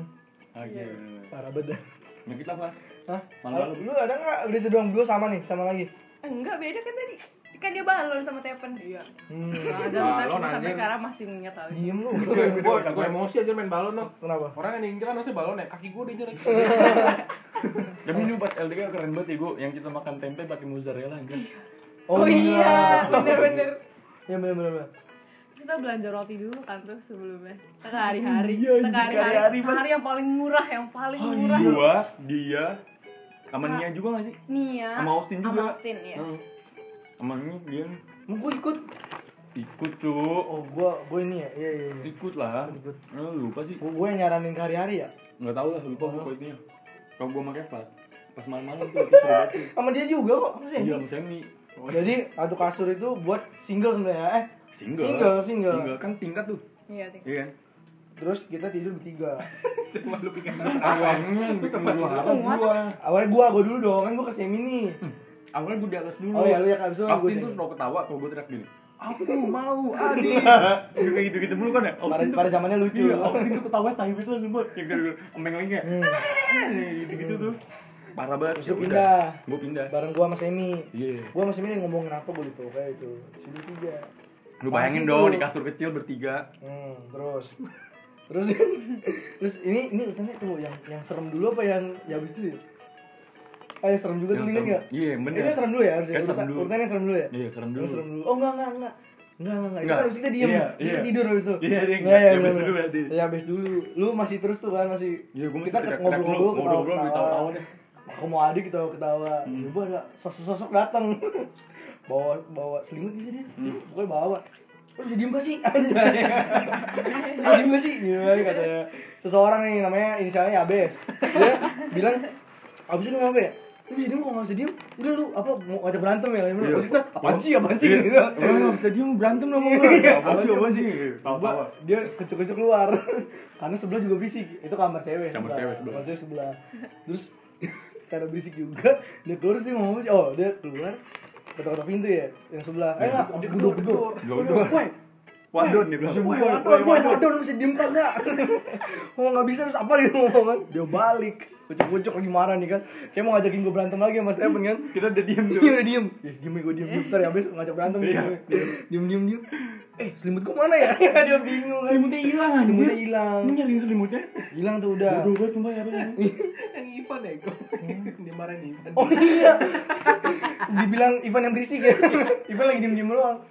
[SPEAKER 1] Oke.
[SPEAKER 5] parah banget. dah.
[SPEAKER 1] Nah kita bahas.
[SPEAKER 5] Hah?
[SPEAKER 1] Malam-malam.
[SPEAKER 5] Lu ada nggak? Udah itu doang dua sama nih, sama lagi.
[SPEAKER 3] Enggak beda kan tadi kan dia balon sama Tepen
[SPEAKER 4] Iya.
[SPEAKER 5] Hmm.
[SPEAKER 4] Kurang ajar lu, tapi gua
[SPEAKER 2] Balon,
[SPEAKER 4] sampai
[SPEAKER 2] anjir.
[SPEAKER 4] sekarang masih mengingat hal itu.
[SPEAKER 5] Diem lu.
[SPEAKER 2] Gue gue emosi aja main balon loh.
[SPEAKER 5] Kenapa?
[SPEAKER 2] Orang yang diinjak kan harusnya balon ya. Kaki gue diinjak. lagi.
[SPEAKER 1] Tapi ini buat LDK keren banget ya gue yang kita makan tempe pakai mozzarella anjir.
[SPEAKER 3] Oh, iya, bener-bener.
[SPEAKER 5] Iya bener bener. bener.
[SPEAKER 4] kita belanja roti dulu kan tuh sebelumnya kita hari-hari kita
[SPEAKER 5] Iya, anjing, hari-hari,
[SPEAKER 4] hari-hari
[SPEAKER 5] Bang.
[SPEAKER 4] hari yang paling murah yang paling
[SPEAKER 5] Oh,
[SPEAKER 4] murah
[SPEAKER 1] Gua, ah, dia, sama Nia juga gak sih?
[SPEAKER 4] nih ya
[SPEAKER 1] Sama Austin juga.
[SPEAKER 4] sama Austin ya
[SPEAKER 1] Hmm. Sama Nia, dia
[SPEAKER 5] Emang gue ikut.
[SPEAKER 1] ikut cu
[SPEAKER 5] Oh gue gue ini ya. Iya iya. iya.
[SPEAKER 1] ikut lah
[SPEAKER 5] Ikut.
[SPEAKER 1] Eh, lupa sih
[SPEAKER 5] Gue yang nyaranin ke hari-hari ya.
[SPEAKER 1] nggak tahu lah lupa gue kulitnya kalau gue pakai pas pas malam-malam tuh itu seru banget tuh.
[SPEAKER 5] Sama dia juga kok. Sama
[SPEAKER 1] iya
[SPEAKER 5] Sandy.
[SPEAKER 1] sama Semi Oh,
[SPEAKER 5] Jadi satu kasur itu buat single sebenarnya. Eh
[SPEAKER 1] single
[SPEAKER 5] Single, single.
[SPEAKER 1] kan tingkat tuh
[SPEAKER 4] iya tinggal
[SPEAKER 1] iya kan
[SPEAKER 5] terus kita tidur bertiga.
[SPEAKER 2] Cuma lu pikir
[SPEAKER 1] awalnya bikin gue harap
[SPEAKER 4] Muat.
[SPEAKER 1] gue
[SPEAKER 5] Awalnya gue gue dulu dong kan gue ke Semi nih.
[SPEAKER 1] awalnya gue di atas dulu
[SPEAKER 5] Oh iya lu yang abis itu gue
[SPEAKER 1] Aftin tuh
[SPEAKER 5] Semi.
[SPEAKER 1] selalu ketawa kalau gue teriak gini aku mau Adi Dia kayak gitu-gitu mulu kan ya Austin
[SPEAKER 5] Iya. Pada
[SPEAKER 1] tuh-
[SPEAKER 5] pada zamannya lucu.
[SPEAKER 1] iya Austin tuh ketawa tai banget langsung buat yang kayak emeng-emengnya
[SPEAKER 5] Hmm.
[SPEAKER 1] gitu-gitu tuh parah banget
[SPEAKER 5] Terus lu pindah.
[SPEAKER 1] gue pindah
[SPEAKER 5] Bareng gue sama Semi.
[SPEAKER 1] iya
[SPEAKER 5] Gue sama Semi yang ngomongin apa gue lupa kayak itu. Sini tiga.
[SPEAKER 1] Lu bayangin
[SPEAKER 5] Masih
[SPEAKER 1] dong
[SPEAKER 5] tuh.
[SPEAKER 1] di kasur kecil bertiga.
[SPEAKER 5] Hmm, terus terus terus ini ini tanya tunggu yang yang serem dulu apa yang ya abis itu ya? Ah, yang serem juga tuh
[SPEAKER 1] Yang
[SPEAKER 5] ingat
[SPEAKER 1] serem.
[SPEAKER 5] nggak?
[SPEAKER 1] Iya, yang bener.
[SPEAKER 5] Ini yang serem dulu ya harusnya.
[SPEAKER 1] Kayak serem
[SPEAKER 5] Urutan,
[SPEAKER 1] dulu.
[SPEAKER 5] urutan yang serem dulu ya.
[SPEAKER 1] Iya, serem
[SPEAKER 5] Yang
[SPEAKER 1] dulu.
[SPEAKER 5] serem dulu. Oh enggak enggak enggak. Enggak enggak enggak. Itu
[SPEAKER 1] Enggak.
[SPEAKER 5] kan abis kita diem.
[SPEAKER 1] Iya,
[SPEAKER 5] kita
[SPEAKER 1] iya.
[SPEAKER 5] tidur abis itu.
[SPEAKER 1] Iya, iya,
[SPEAKER 5] Enggak,
[SPEAKER 1] iya,
[SPEAKER 5] ya,
[SPEAKER 1] abis
[SPEAKER 5] bener,
[SPEAKER 1] dulu
[SPEAKER 5] bener.
[SPEAKER 1] berarti.
[SPEAKER 5] Ya abis dulu. Lu masih terus tuh kan masih.
[SPEAKER 1] Iya, gua masih
[SPEAKER 5] kita
[SPEAKER 1] teriak-teriak dulu,
[SPEAKER 5] ngobrol-ngobrol
[SPEAKER 1] ngobrol-ngobrol,
[SPEAKER 5] ketawa.
[SPEAKER 1] ketawa-tawa
[SPEAKER 5] ketawa.
[SPEAKER 1] deh. Hmm.
[SPEAKER 5] Aku mau adik ketawa ketawa. Coba ada sosok-sosok datang. bawa bawa selimut bisa dia.
[SPEAKER 1] Hmm.
[SPEAKER 5] Pokoknya bawa. Lu bisa diem gak sih? Bisa diem gak sih? Iya, katanya. Seseorang nih namanya inisialnya Abes. Dia bilang, abis itu ngomong apa ya? Lu bisa diem kok gak bisa diem? Udah lu apa mau ngajak berantem ya? Lalu
[SPEAKER 1] Iya.
[SPEAKER 5] kita apaan sih apaan sih
[SPEAKER 1] Iya.
[SPEAKER 5] gitu.
[SPEAKER 1] Emang nggak bisa diem berantem sama gue. Apa sih, apa sih?
[SPEAKER 5] Iya. Gua- dia kecuk-kecuk keluar karena sebelah juga berisik itu kamar cewek
[SPEAKER 1] Kamar cewek sebelah.
[SPEAKER 5] kamar cewek sebelah terus karena berisik juga dia keluar terus dia ngomong apa sih? oh dia keluar ketok-ketok pintu ya yang sebelah eh nggak dia gedor gedor
[SPEAKER 1] Gedor,
[SPEAKER 5] Gedor,
[SPEAKER 1] gedor.
[SPEAKER 5] woi
[SPEAKER 1] Wadon dia bilang.
[SPEAKER 5] Woi, wadon, woi, wadon, bisa diem kan gak? Ngomong gak bisa, terus apa dia ngomong kan? Dia balik, kocok-kocok lagi marah nih kan Kayak mau ngajakin gue berantem lagi sama Stephen kan
[SPEAKER 1] Kita udah diem tuh.
[SPEAKER 5] Iya udah diem Ya diem gue diem, diem, ntar ya abis ngajak berantem nih
[SPEAKER 1] Iya.
[SPEAKER 5] gue. Diem, diem, diem Eh selimut gue mana ya? Dia bingung kan
[SPEAKER 1] Selimutnya hilang anjir.
[SPEAKER 5] Selimutnya hilang
[SPEAKER 1] Ini nyariin selimutnya.
[SPEAKER 5] Hilang tuh udah
[SPEAKER 1] Bodoh banget cuma ya. Bang.
[SPEAKER 2] yang Ivan ya gue. Dia marahin Ivan.
[SPEAKER 5] Oh iya Dibilang Ivan yang berisik ya Ivan lagi diem-diem doang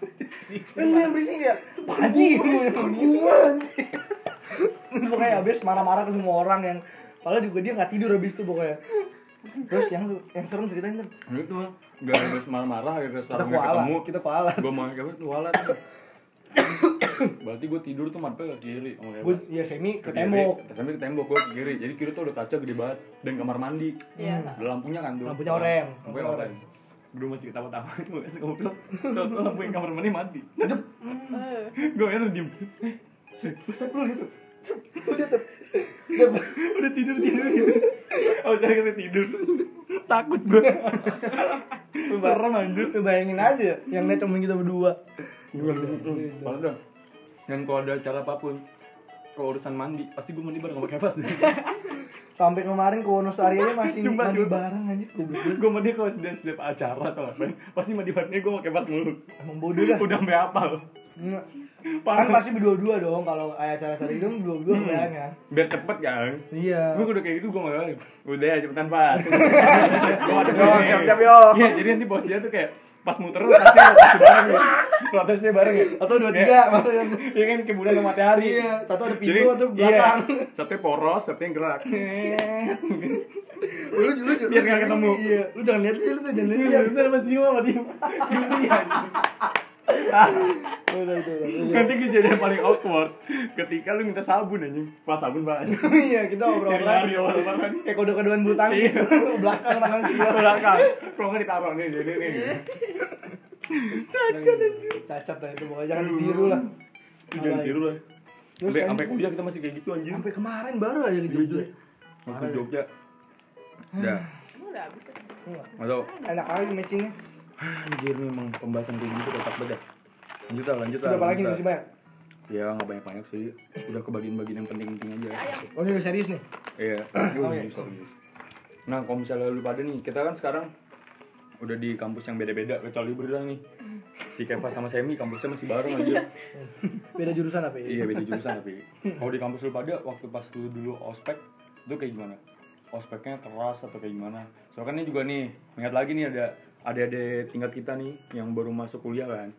[SPEAKER 5] Eh lu yang berisik ya? Pak Haji Gue Terus pokoknya abis marah-marah ke semua orang yang Padahal juga dia gak tidur abis itu pokoknya Terus yang yang serem ceritain tuh
[SPEAKER 1] Itu mah enggak habis marah-marah ya ke
[SPEAKER 5] Kita
[SPEAKER 1] sarung
[SPEAKER 5] kuala,
[SPEAKER 1] ketemu.
[SPEAKER 5] kita kuala
[SPEAKER 1] Gua mau kayak kuala tuh. Berarti gue tidur tuh matpe ke kiri sama kayak
[SPEAKER 5] Gue ya semi ke
[SPEAKER 1] kiri.
[SPEAKER 5] tembok
[SPEAKER 1] Tapi ke tembok gue ke kiri. Jadi kiri tuh udah kaca gede banget dan kamar mandi.
[SPEAKER 4] Iya.
[SPEAKER 1] Udah lampunya kan tuh.
[SPEAKER 5] Lampunya oranye.
[SPEAKER 1] Lampunya oranye. Gue masih ketawa-tawa. Gue liat ke mobil. Tau-tau lampu yang kamar mandi mati.
[SPEAKER 4] Eh,
[SPEAKER 1] Gue liat tuh diem.
[SPEAKER 5] Terus lu gitu Udah tuh
[SPEAKER 1] Udah tidur tidur tidur. Oh jangan tidur. Takut gue. Serem anjir.
[SPEAKER 5] Lu bayangin aja yang net temen kita berdua
[SPEAKER 1] Malah dah. Dan kalau ada acara apapun, kalau urusan mandi pasti gue mandi bareng sama Kevas deh.
[SPEAKER 5] Sampai kemarin ke Wonosari aja masih
[SPEAKER 1] Sumpah,
[SPEAKER 5] mandi
[SPEAKER 1] sumpah.
[SPEAKER 5] bareng anjir Goblok.
[SPEAKER 1] gue mandi kalau setiap, setiap acara atau apa, pasti mandi barengnya gue sama Kevas mulu.
[SPEAKER 5] Emang bodoh dah
[SPEAKER 1] Udah sampai apal.
[SPEAKER 5] Nggak. Kan
[SPEAKER 1] Parah. Hmm.
[SPEAKER 5] pasti berdua-dua dong kalau kayak acara-acara itu berdua-dua kebayang ya.
[SPEAKER 1] Biar cepet kan.
[SPEAKER 5] Iya.
[SPEAKER 1] gue udah kayak gitu gue malah udah ya, cepetan pas
[SPEAKER 5] Yo, siap-siap, yo.
[SPEAKER 1] Iya, jadi nanti posnya tuh kayak pas muter rotasi rotasi bareng ya rotasi bareng ya
[SPEAKER 5] Atau dua
[SPEAKER 1] Iya.
[SPEAKER 5] tiga maksudnya.
[SPEAKER 1] iya kan ke bulan sama matahari
[SPEAKER 5] Iya, satu ada
[SPEAKER 1] Jadi,
[SPEAKER 5] pintu atau belakang. Iya.
[SPEAKER 1] iya, satu poros satu yang gerak
[SPEAKER 5] Lu lu lu-
[SPEAKER 1] Biar nggak ketemu.
[SPEAKER 5] Iya, lu jangan lihat dia, lu jangan lihat
[SPEAKER 1] iya
[SPEAKER 5] dia.
[SPEAKER 1] bener mas Jima sama dia Ini anjing.
[SPEAKER 5] Udah, udah, udah.
[SPEAKER 1] nanti kejadian paling awkward ketika lu minta sabun anjing pas sabun pak
[SPEAKER 5] Iya, kita
[SPEAKER 1] dari
[SPEAKER 5] obrol-obrolan.
[SPEAKER 1] hari awal kan. banget
[SPEAKER 5] Kayak kode-kodean bulu tangkis.
[SPEAKER 1] Iya.
[SPEAKER 5] belakang tangan ya. sebelah.
[SPEAKER 1] belakang kalau nggak ditaruh nih jadi nih Iya.
[SPEAKER 5] Cacat Cacat lah itu pokoknya jangan ditiru lah.
[SPEAKER 1] jangan tiru lah sampai
[SPEAKER 5] Terus anjing.
[SPEAKER 1] sampai kuliah kita masih kayak gitu anjing
[SPEAKER 5] Sampai kemarin baru aja ke Jogja.
[SPEAKER 1] Iya. Waktu Jogja. Ya,
[SPEAKER 4] kamu udah habis ya?
[SPEAKER 1] atau
[SPEAKER 5] Enak kali matchingnya.
[SPEAKER 1] anjir memang pembahasan kayak gitu tetap beda. Lanjut lah, lanjut lah.
[SPEAKER 5] Udah apa lagi
[SPEAKER 1] lanjut
[SPEAKER 5] masih
[SPEAKER 1] lah.
[SPEAKER 5] banyak?
[SPEAKER 1] Ya nggak banyak banyak sih. Udah kebagian bagian yang penting-penting aja.
[SPEAKER 5] Oh, ini udah serius nih.
[SPEAKER 1] Iya. Gue
[SPEAKER 5] Oke.
[SPEAKER 1] serius, serius. Nah kalau misalnya lu pada nih, kita kan sekarang udah di kampus yang beda-beda kecuali berdua nih. Si Keva sama Semi kampusnya masih bareng
[SPEAKER 5] Iya.
[SPEAKER 1] aja.
[SPEAKER 5] Beda jurusan apa ya?
[SPEAKER 1] iya beda jurusan tapi. Kalau di kampus lu pada waktu pas lu dulu ospek itu kayak gimana? Ospeknya keras atau kayak gimana? Soalnya kan ini juga nih, ingat lagi nih ada adik-adik tingkat kita nih yang baru masuk kuliah kan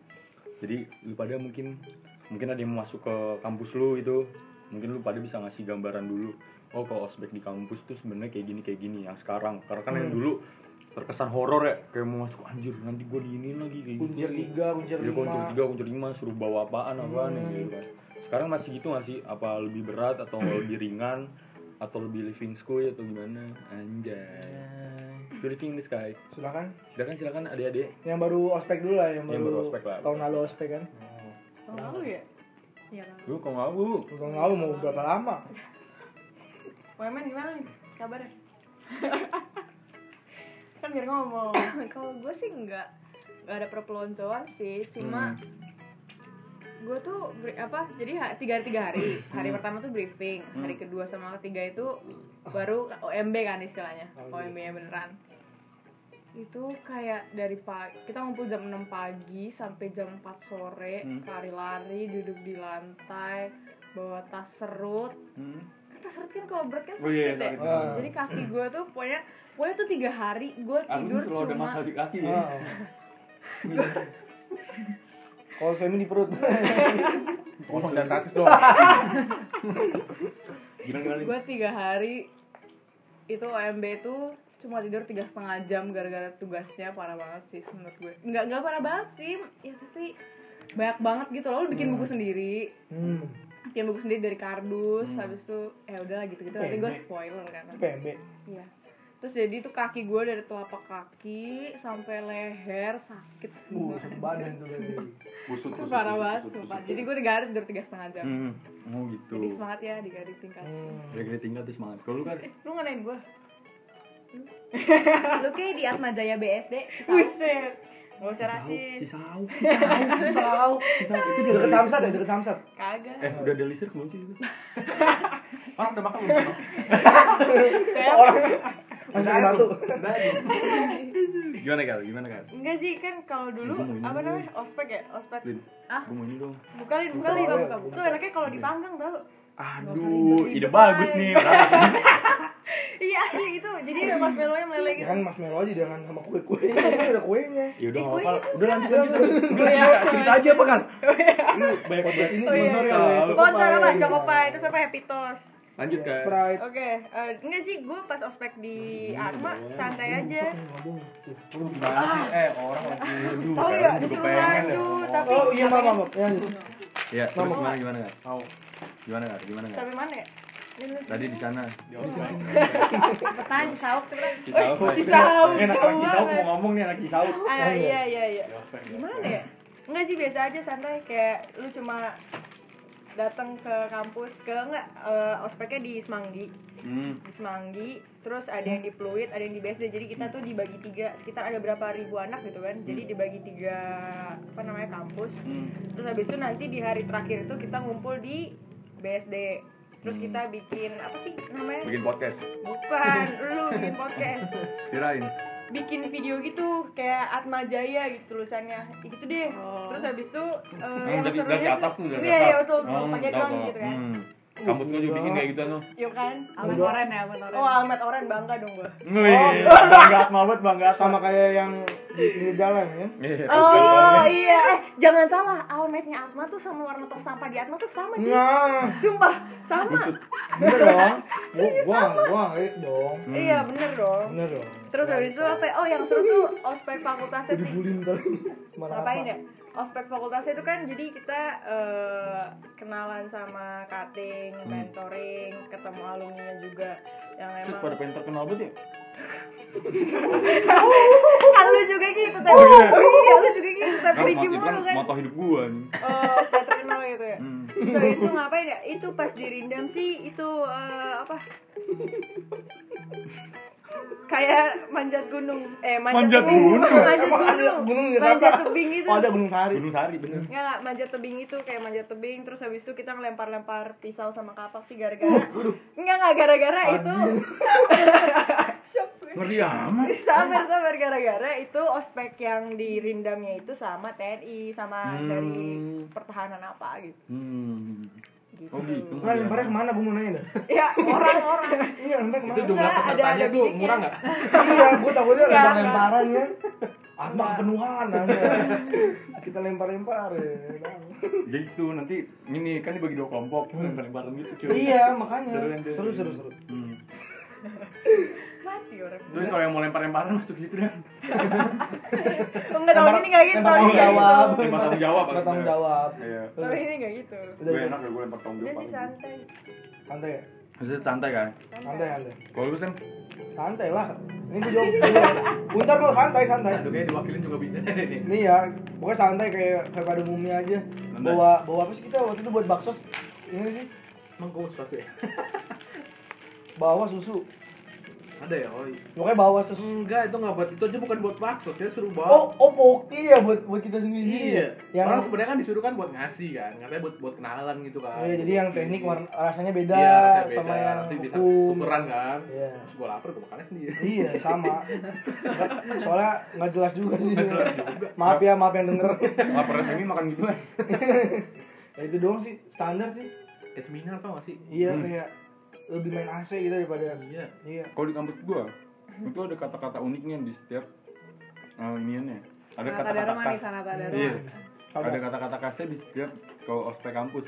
[SPEAKER 1] jadi lu pada mungkin mungkin ada yang masuk ke kampus lu itu mungkin lu pada bisa ngasih gambaran dulu oh kalau ospek di kampus tuh sebenarnya kayak gini kayak gini yang sekarang karena kan yang dulu terkesan horor ya kayak mau masuk anjir nanti gue diinin lagi kayak gitu
[SPEAKER 5] kunci tiga kunci
[SPEAKER 1] Dia kuncur
[SPEAKER 5] lima
[SPEAKER 1] tiga, kuncur lima, suruh bawa apaan, apaan
[SPEAKER 4] Hmm.
[SPEAKER 1] ya, gitu kan. Sekarang masih gitu nggak sih? Apa lebih berat atau lebih ringan? Atau lebih living school atau gimana? Anjay. Living in the sky.
[SPEAKER 5] silakan
[SPEAKER 1] Silakan silakan adik-adik.
[SPEAKER 5] yang baru ospek dulu lah yang
[SPEAKER 1] Yang
[SPEAKER 5] baru,
[SPEAKER 1] baru ospek lah.
[SPEAKER 5] tahun lalu ospek kan
[SPEAKER 3] Tahun lalu ya?
[SPEAKER 4] Iya kan.
[SPEAKER 1] Lu kok nggak bu?
[SPEAKER 5] tahun lalu mau berapa lama
[SPEAKER 3] Wemen gimana nih kabarnya? kan biar ngomong
[SPEAKER 4] kalau gue sih nggak nggak ada perpeloncoan sih cuma gue tuh beri- apa jadi ha- tiga hari tiga hari hari pertama tuh briefing hari kedua sama ketiga itu baru OMB kan istilahnya OMB nya beneran itu kayak dari pagi kita ngumpul jam 6 pagi sampai jam 4 sore lari-lari duduk di lantai bawa tas serut kan tas serut kan kalau berat kan sakit
[SPEAKER 1] Oh iya,
[SPEAKER 4] deh
[SPEAKER 1] sakit
[SPEAKER 5] banget.
[SPEAKER 4] jadi kaki gue tuh pokoknya pokoknya tuh tiga hari gue
[SPEAKER 1] Aku tuh
[SPEAKER 4] tidur
[SPEAKER 1] selalu ada
[SPEAKER 4] cuma
[SPEAKER 1] masalah di kaki ya.
[SPEAKER 5] Ah. kalau suami di perut
[SPEAKER 2] Tolong dan rasis dong.
[SPEAKER 1] Gimana gimana?
[SPEAKER 4] gue tiga hari itu OMB itu cuma tidur tiga setengah jam gara-gara tugasnya parah banget sih menurut gue nggak nggak parah banget sih ya tapi banyak banget gitu loh lu bikin buku sendiri
[SPEAKER 5] hmm
[SPEAKER 4] bikin buku sendiri dari kardus
[SPEAKER 1] Hmm.
[SPEAKER 4] habis itu ya udah gitu gitu nanti gue
[SPEAKER 5] Pendek.
[SPEAKER 4] spoiler kan
[SPEAKER 5] PMB
[SPEAKER 4] iya terus jadi itu kaki gue dari telapak kaki sampai leher sakit semua
[SPEAKER 5] uh badan tuh baby.
[SPEAKER 1] Busut,
[SPEAKER 4] itu parah banget sumpah jadi gue tiga hari tidur tiga setengah jam
[SPEAKER 1] Hmm. Oh gitu.
[SPEAKER 4] jadi semangat ya di hari tingkat
[SPEAKER 5] Hmm.
[SPEAKER 1] Kira-kira tinggal tuh semangat. Kalau lu kan
[SPEAKER 3] Lu nganain gue?
[SPEAKER 4] lu kayak di Atma Jaya BSD Cisauk.
[SPEAKER 3] Buset Gak usah
[SPEAKER 1] Cisau,
[SPEAKER 3] rasis
[SPEAKER 1] Cisau,
[SPEAKER 5] Pisau.
[SPEAKER 1] Cisau itu udah
[SPEAKER 5] Deket
[SPEAKER 1] ada
[SPEAKER 5] samsat ya, deket samsat.
[SPEAKER 1] list-
[SPEAKER 3] Kagak
[SPEAKER 1] Eh udah ada listrik belum sih itu?
[SPEAKER 2] Orang udah makan belum?
[SPEAKER 3] oh.
[SPEAKER 5] Orang masuk satu.
[SPEAKER 2] Udah belum?
[SPEAKER 1] Gimana kal? Gimana kal?
[SPEAKER 3] Enggak sih kan kalau dulu
[SPEAKER 1] Gua mau ini
[SPEAKER 3] apa
[SPEAKER 1] dulu.
[SPEAKER 3] namanya? Ospek ya? Ospek
[SPEAKER 1] Lin,
[SPEAKER 4] Ah.
[SPEAKER 1] gue mau ini dong.
[SPEAKER 3] Bukalin, bukalin
[SPEAKER 4] Buka, buka, buka.
[SPEAKER 3] Tuh enaknya kalau dipanggang tau
[SPEAKER 1] Aduh,
[SPEAKER 4] ribet-ribet,
[SPEAKER 1] ide bagus
[SPEAKER 4] Bay.
[SPEAKER 1] nih. berangkat.
[SPEAKER 3] Iya asli itu jadi marshmallownya meleleh
[SPEAKER 5] Ya
[SPEAKER 3] gitu
[SPEAKER 5] kan marshmallow aja jangan sama Iya, kue-kue. Ini ada kuenya.
[SPEAKER 1] Ya udah
[SPEAKER 3] Eh,
[SPEAKER 1] nggak
[SPEAKER 3] gue
[SPEAKER 1] apa-apa.
[SPEAKER 3] ini-
[SPEAKER 1] Udah lanjut lanjut. Udah lanjut cerita aja apa kan? Lu banyak
[SPEAKER 5] Podcast ini
[SPEAKER 3] Oh, iya.
[SPEAKER 5] sponsor ya oleh Cokopai.
[SPEAKER 3] Sponsor apa? Cokopai, terus apa? Happy Toast
[SPEAKER 1] Lanjut
[SPEAKER 5] Ya,
[SPEAKER 1] kan.
[SPEAKER 5] Sprite.
[SPEAKER 3] Oke, eh, enggak sih gue pas ospek di Atma santai aja.
[SPEAKER 2] Lu gimana sih? Eh, orang lagi
[SPEAKER 1] Aduh,
[SPEAKER 3] Tahu
[SPEAKER 1] Karen
[SPEAKER 3] ya
[SPEAKER 1] juga
[SPEAKER 3] disuruh
[SPEAKER 1] pengen ya.
[SPEAKER 3] lanjut tapi
[SPEAKER 5] Oh iya mama mama. Ya, lanjut.
[SPEAKER 1] Ya, terus gimana gimana kan?
[SPEAKER 2] tahu.
[SPEAKER 1] Gimana kan? Gimana kan?
[SPEAKER 3] sampai mana ya? Ini lu-
[SPEAKER 1] Tadi di sana.
[SPEAKER 4] cepetan Cisauk cepetan
[SPEAKER 1] Cisauk.
[SPEAKER 3] Cisauk,
[SPEAKER 1] Eh, Enak orang
[SPEAKER 3] jauh
[SPEAKER 1] Cisauk mau
[SPEAKER 3] banget.
[SPEAKER 1] ngomong nih anak Cisauk.
[SPEAKER 3] Ah iya iya iya. Gimana ya? Enggak sih biasa aja santai kayak lu cuma datang ke kampus ke enggak eh, ospeknya di Semanggi.
[SPEAKER 1] Hmm.
[SPEAKER 3] Di Semanggi, terus ada yang di Pluit, ada yang di BSD. Jadi kita tuh dibagi tiga, sekitar ada berapa ribu anak gitu kan. Jadi dibagi tiga apa namanya kampus.
[SPEAKER 1] Hmm.
[SPEAKER 3] Terus habis itu nanti di hari terakhir itu kita ngumpul di BSD. Terus kita bikin apa sih namanya?
[SPEAKER 1] Hmm. Bikin podcast.
[SPEAKER 3] Bukan, lu bikin podcast.
[SPEAKER 1] Kirain.
[SPEAKER 3] bikin video gitu kayak Atma Jaya gitu tulisannya Ya gitu deh
[SPEAKER 4] Oh.
[SPEAKER 3] terus habis itu eh, yang
[SPEAKER 1] Dari
[SPEAKER 3] serunya
[SPEAKER 1] dari atas tuh dari
[SPEAKER 3] iya
[SPEAKER 1] atas.
[SPEAKER 3] iya betul betul
[SPEAKER 1] Hmm,
[SPEAKER 3] pakai
[SPEAKER 1] tahu,
[SPEAKER 3] drone
[SPEAKER 1] tahu.
[SPEAKER 3] gitu kan
[SPEAKER 1] Hmm. Kampus lu juga bikin kayak gitu tuh.
[SPEAKER 3] yuk kan
[SPEAKER 4] Almas Oren ya Almas Oren
[SPEAKER 3] oh Almet Oren bangga dong gua
[SPEAKER 1] Wih, bangga banget bangga
[SPEAKER 5] Sama kayak yang di pinggir jalan ya.
[SPEAKER 1] Iya,
[SPEAKER 3] oh iya eh jangan salah Almetnya Atma tuh sama warna tong sampah di Atma tuh sama cuy
[SPEAKER 5] Nah,
[SPEAKER 3] sumpah sama
[SPEAKER 5] bener dong. Gua gua gua ngelit dong.
[SPEAKER 1] hmm.
[SPEAKER 3] iya bener dong
[SPEAKER 5] Bener dong.
[SPEAKER 3] terus habis itu apa ya? oh yang seru tuh ospek fakultasnya sih
[SPEAKER 5] Dibully ntar ini. Mana
[SPEAKER 3] ngapain
[SPEAKER 5] apa?
[SPEAKER 3] ya ospek fakultasnya itu kan jadi kita eh, kenalan sama cutting,
[SPEAKER 1] Hmm.
[SPEAKER 3] mentoring, ketemu alumni juga yang
[SPEAKER 1] Cet,
[SPEAKER 3] emang
[SPEAKER 1] pada pengen terkenal banget ya?
[SPEAKER 3] kan lu juga gitu tapi
[SPEAKER 1] Oh, iya.
[SPEAKER 3] iya lu juga gitu tapi
[SPEAKER 1] Kan
[SPEAKER 3] Ricci
[SPEAKER 1] motif
[SPEAKER 3] mulu
[SPEAKER 1] kan
[SPEAKER 3] kan
[SPEAKER 1] moto hidup gua nih.
[SPEAKER 3] oh ospek terkenal gitu ya
[SPEAKER 1] Hmm.
[SPEAKER 3] so itu ngapain ya itu pas dirindam sih itu eh, apa kayak manjat gunung eh
[SPEAKER 1] Manjat
[SPEAKER 3] manjat, gunung
[SPEAKER 1] gunung?
[SPEAKER 3] ya? manjat
[SPEAKER 5] Emang ada
[SPEAKER 3] gunung
[SPEAKER 5] gunung di
[SPEAKER 3] manjat
[SPEAKER 5] Jakarta?
[SPEAKER 3] tebing gitu
[SPEAKER 5] Oh, ada gunung sari.
[SPEAKER 1] Gunung Sari bener.
[SPEAKER 3] Nggak, nggak, manjat tebing itu kayak manjat tebing terus habis itu kita ngelempar-lempar pisau sama kapak sih
[SPEAKER 5] Uh,
[SPEAKER 3] gara-gara nggak nggak gara-gara itu Shock gue.
[SPEAKER 1] Ngerti
[SPEAKER 5] ya?
[SPEAKER 1] amat.
[SPEAKER 3] sabar sabar gara-gara itu ospek yang dirindamnya itu sama TNI sama
[SPEAKER 1] Hmm.
[SPEAKER 3] dari pertahanan apa gitu
[SPEAKER 1] Hmm.
[SPEAKER 3] gitu
[SPEAKER 1] Oh gitu.
[SPEAKER 2] Iya.
[SPEAKER 5] Nah, lemparnya kemana gua mau nanya dah.
[SPEAKER 3] ya orang-orang
[SPEAKER 5] Iya, lemparnya
[SPEAKER 2] Itu
[SPEAKER 5] kemana?
[SPEAKER 2] jumlah
[SPEAKER 3] Enggak, ada-
[SPEAKER 2] pesertanya
[SPEAKER 3] ada
[SPEAKER 2] tuh
[SPEAKER 3] biliknya.
[SPEAKER 2] murah nggak?
[SPEAKER 5] Iya, gua takutnya
[SPEAKER 3] Enggak,
[SPEAKER 5] lempar-lemparan kan. Atma kepenuhan aja. Kita lempar-lempar ya. kan?
[SPEAKER 1] Jadi itu nanti ini kan dibagi dua kelompok bareng-bareng gitu. cuy.
[SPEAKER 5] Hmm. Iya, makanya.
[SPEAKER 1] Seruan tuh.
[SPEAKER 5] Seru seru seru.
[SPEAKER 1] Hmm.
[SPEAKER 3] mati orang
[SPEAKER 1] Terus kalau yang mau lempar-lemparan masuk situ dan Iya,
[SPEAKER 3] oh, enggak tahun ini nggak gitu
[SPEAKER 5] Lempar
[SPEAKER 3] tahun ini
[SPEAKER 5] tanggung
[SPEAKER 3] nggak gitu
[SPEAKER 5] Ah, iya, jawab.
[SPEAKER 1] Lempar tanggung jawab,
[SPEAKER 5] Lempar tanggung jawab.
[SPEAKER 1] Iya.
[SPEAKER 3] tahun ini nggak gitu
[SPEAKER 5] Udah,
[SPEAKER 1] gue enak ya gue lempar tanggung
[SPEAKER 3] udah
[SPEAKER 1] jawab.
[SPEAKER 3] Iya sih santai
[SPEAKER 5] Santai ya?
[SPEAKER 1] Maksudnya santai kan?
[SPEAKER 5] Santai,
[SPEAKER 3] santai
[SPEAKER 5] santai.
[SPEAKER 1] Kalau lu sen,
[SPEAKER 5] Santai lah. Ini gue jawab. dulu. Bentar gue santai, santai.
[SPEAKER 2] Aduh kayaknya Nah, diwakilin juga bisa deh nih.
[SPEAKER 5] Ini ya, pokoknya santai kayak kayak pada umumnya aja. Bawa bawa apa sih kita waktu itu buat bakso? Ini sih
[SPEAKER 2] Emang kamu sesuatu ya?
[SPEAKER 5] bawa susu.
[SPEAKER 2] Ada ya, oi.
[SPEAKER 5] Pokoknya bawa susu.
[SPEAKER 2] Enggak, itu nggak buat itu aja bukan buat bakso, kita suruh bawa.
[SPEAKER 5] Oh, oh poki ya buat buat kita sendiri.
[SPEAKER 2] iya.
[SPEAKER 5] Yang
[SPEAKER 2] Orang sebenarnya kan disuruh kan buat ngasih kan, katanya buat buat kenalan gitu kan.
[SPEAKER 5] Iya, jadi yang teknik warna, rasanya beda,
[SPEAKER 2] Iya, rasanya beda.
[SPEAKER 5] sama yang
[SPEAKER 2] Nanti bisa
[SPEAKER 5] hukum.
[SPEAKER 2] tukeran kan.
[SPEAKER 5] Iya.
[SPEAKER 2] Terus gue lapar, gue makannya sendiri.
[SPEAKER 5] Iya, sama. Nggak- Soalnya nggak jelas juga sih. maaf ya, maaf yang denger.
[SPEAKER 1] lapar semi makan gitu kan?
[SPEAKER 5] ya itu doang sih, standar sih.
[SPEAKER 2] Kayak seminar tau gak sih?
[SPEAKER 5] Iya,
[SPEAKER 1] Hmm.
[SPEAKER 5] kayak lebih main AC gitu daripada
[SPEAKER 2] Iya.
[SPEAKER 5] Iya.
[SPEAKER 1] Kalau di kampus gua itu ada kata-kata uniknya di setiap eh, iniannya. Ada
[SPEAKER 4] Sanata
[SPEAKER 1] kata-kata
[SPEAKER 4] Dharma nih,
[SPEAKER 1] khas.
[SPEAKER 4] Sanata Dharma.
[SPEAKER 1] Iya.
[SPEAKER 5] Apa?
[SPEAKER 1] Ada kata-kata khasnya di setiap kalau ospek kampus.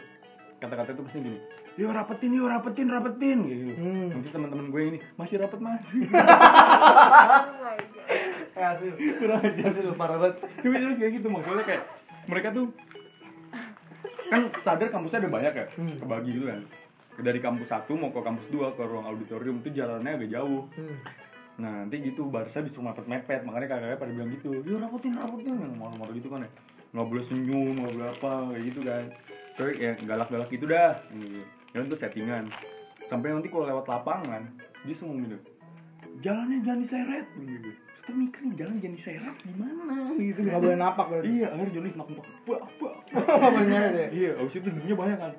[SPEAKER 1] Kata-kata itu pasti gini. Yo rapetin, yo rapetin, rapetin kayak gitu.
[SPEAKER 5] Hmm.
[SPEAKER 1] Nanti teman-teman gue ini masih rapet masih.
[SPEAKER 3] oh my god
[SPEAKER 5] Eh, asli.
[SPEAKER 1] Kurang ajar sih parah banget. Tapi terus kayak gitu maksudnya kayak mereka tuh kan sadar kampusnya ada banyak ya, kebagi gitu kan. Dari kampus satu mau ke kampus dua ke ruang auditorium itu jalannya agak jauh.
[SPEAKER 5] Hmm.
[SPEAKER 1] Nah nanti gitu barisnya disuruh mepet-mepet makanya kakaknya pada bilang gitu, yo rapotin rapotin yang malu-malu gitu kan ya, nggak boleh senyum nggak boleh apa kayak gitu kan. Terus ya galak-galak gitu dah. Gitu. Dan itu settingan. Sampai nanti kalau lewat lapangan dia semua gitu, jalannya jangan diseret gitu. Kita mikir nih jalan jangan diseret gimana gitu
[SPEAKER 5] Nggak boleh napak berarti.
[SPEAKER 1] Iya, akhirnya Johnny kentok-kentok. Bah, bah, bah.
[SPEAKER 5] Nggak boleh nyeret ya.
[SPEAKER 1] Iya, abis itu debunya banyak kan.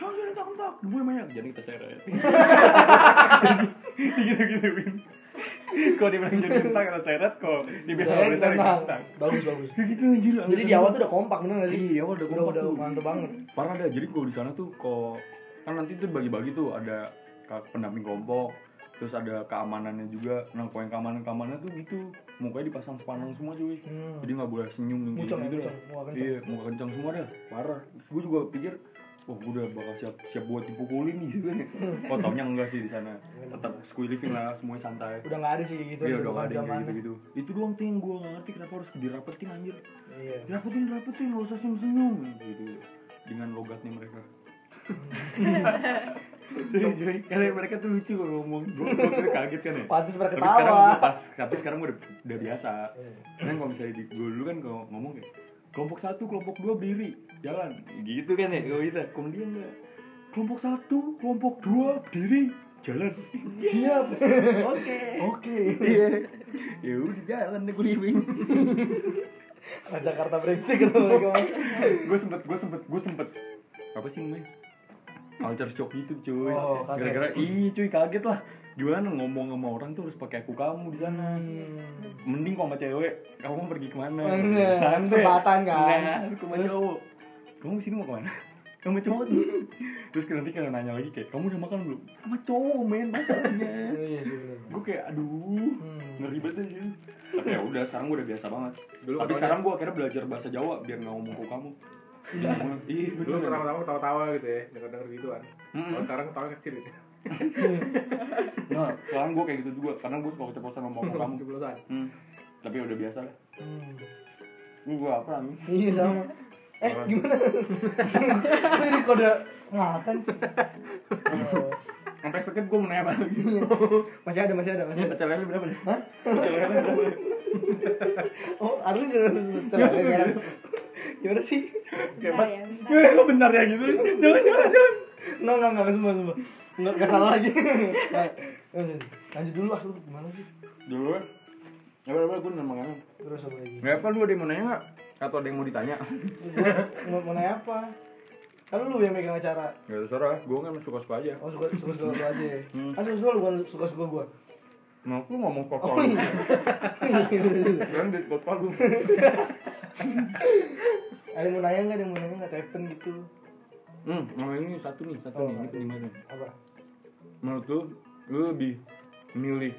[SPEAKER 1] Jangan jangan kentok-kentok, debunya banyak. Jadi kita seret. Gitu, Gitu-gituin. Kalau dibilang jadi kentak karena seret, kalau dibilang
[SPEAKER 5] Saya
[SPEAKER 1] boleh seret
[SPEAKER 5] tenang.
[SPEAKER 1] kentak.
[SPEAKER 5] Bagus, bagus.
[SPEAKER 1] Kayak gitu anjir.
[SPEAKER 5] Jadi di awal tuh udah kompak bener nggak sih?
[SPEAKER 1] Iya, awal udah kompak
[SPEAKER 5] Udah,
[SPEAKER 1] tuh.
[SPEAKER 5] mantep banget.
[SPEAKER 1] parah dah. Jadi kalau di sana tuh kalau kan nanti tuh bagi-bagi tuh ada ka- pendamping kelompok, terus ada keamanannya juga. Nah, poin keamanan keamanannya tuh gitu. Mukanya dipasang sepanang semua cuy.
[SPEAKER 5] Hmm.
[SPEAKER 1] Jadi nggak boleh senyum yang
[SPEAKER 5] Muncung ya,
[SPEAKER 1] gitu
[SPEAKER 5] muncung. Muka kencang.
[SPEAKER 1] Iya, muka kencang semua dah. Parah. Terus gue juga pikir, wah gue udah bakal siap siap buat dipukulin nih gitu kan. Oh, taunya enggak sih di sana. Tetap squee living lah, semuanya santai.
[SPEAKER 5] Udah nggak ada sih kayak gitu.
[SPEAKER 1] Iya, udah nggak ada yang kayak
[SPEAKER 5] zamannya.
[SPEAKER 1] gitu-gitu. Itu doang tuh yang gue nggak ngerti kenapa harus dirapetin anjir.
[SPEAKER 5] Iya.
[SPEAKER 1] Dirapetin, dirapetin, nggak usah senyum-senyum gitu. Dengan logatnya mereka. Jadi, jadi, karena mereka tuh lucu kalau ngomong. Gue kaget kan ya
[SPEAKER 5] Pantes mereka
[SPEAKER 1] tapi sekarang
[SPEAKER 5] ketawa. Iya.
[SPEAKER 1] gue pas tapi sekarang gue udah, udah biasa kan kalau misalnya di gue dulu kan kalau ngomong kayak kelompok satu kelompok dua berdiri jalan gitu kan ya kalau kita kemudian enggak kelompok satu kelompok dua berdiri jalan siap oke oke iya ya udah jalan deh gue living
[SPEAKER 5] Orang Jakarta brengsek gitu mereka.
[SPEAKER 1] gue sempet gue sempet gue sempet apa sih namanya culture shock gitu cuy
[SPEAKER 5] Oh, kaget.
[SPEAKER 1] gara-gara ih cuy kaget lah gimana ngomong sama orang tuh harus pakai aku kamu di sana
[SPEAKER 5] Hmm.
[SPEAKER 1] mending kalau sama cewek kamu mau pergi kemana Gitu.
[SPEAKER 5] Bener, Iya, kesempatan kan.
[SPEAKER 1] nah, sama cowok kamu kesini mau kemana sama cowok tuh terus nanti kalau nanya lagi kayak kamu udah makan belum sama cowok men masalahnya
[SPEAKER 5] Iya sih bener.
[SPEAKER 1] gue kayak aduh
[SPEAKER 5] Hmm.
[SPEAKER 1] ngeri banget aja tapi ya udah sekarang gue udah biasa banget
[SPEAKER 2] Dulu
[SPEAKER 1] tapi
[SPEAKER 2] katanya-
[SPEAKER 1] sekarang gue akhirnya belajar bahasa Jawa biar nggak ngomong ke kamu iya
[SPEAKER 2] Dulu pertama-tama ketawa-tawa gitu ya, denger-denger gitu kan.
[SPEAKER 1] Mm-mm.
[SPEAKER 5] Hmm.
[SPEAKER 2] Kalau sekarang ketawa kecil gitu.
[SPEAKER 1] nah sekarang gue kayak gitu juga karena gue suka keceplosan sama ngomong kamu
[SPEAKER 2] Ceplosan.
[SPEAKER 1] Hmm. tapi udah biasa lah
[SPEAKER 5] Hmm.
[SPEAKER 1] ini gue apa nih
[SPEAKER 5] Iya sama. Eh gimana? Gue jadi kode makan sih. Oh.
[SPEAKER 1] sampai sakit gue mau nanya apa lagi
[SPEAKER 5] Iya. Masih ada, masih ada, masih
[SPEAKER 1] ini
[SPEAKER 5] ada.
[SPEAKER 1] pecel lele berapa deh Hah? pecel lele berapa deh?
[SPEAKER 5] Oh, Arlin jangan harus cerai sekarang. Gimana sih?
[SPEAKER 1] kayak
[SPEAKER 4] Bentar ya, bentar.
[SPEAKER 1] "Eh, kok benar ya gitu jangan jangan jangan
[SPEAKER 5] No, no, no, semua, semua. Enggak, enggak salah lagi. Nah, Lanjut dulu ah, lu gimana sih?
[SPEAKER 1] dulu Ya, apa apa gue nanya makanan
[SPEAKER 5] Terus apa lagi?
[SPEAKER 1] nggak apa lu ada yang mau nanya nggak atau ada yang mau ditanya
[SPEAKER 5] Gua mau, mau nanya apa? Kalau lu yang megang acara.
[SPEAKER 1] nggak ada suara gue kan suka suka aja
[SPEAKER 5] Oh, suka suka suka gua aja. ya?
[SPEAKER 1] Hmm.
[SPEAKER 5] Ah, suka suka lu bukan suka suka gua.
[SPEAKER 1] mau Nah, lu ngomong kok
[SPEAKER 5] Oh iya.
[SPEAKER 1] kan dari kota lu
[SPEAKER 5] ada yang mau nanya enggak? Ada yang mau nanya enggak? Tepen gitu.
[SPEAKER 1] hmm nah ini satu nih satu nih ini
[SPEAKER 5] Oh, ada.
[SPEAKER 1] penting banget nih.
[SPEAKER 5] Apa?
[SPEAKER 1] menurut lu lu lebih milih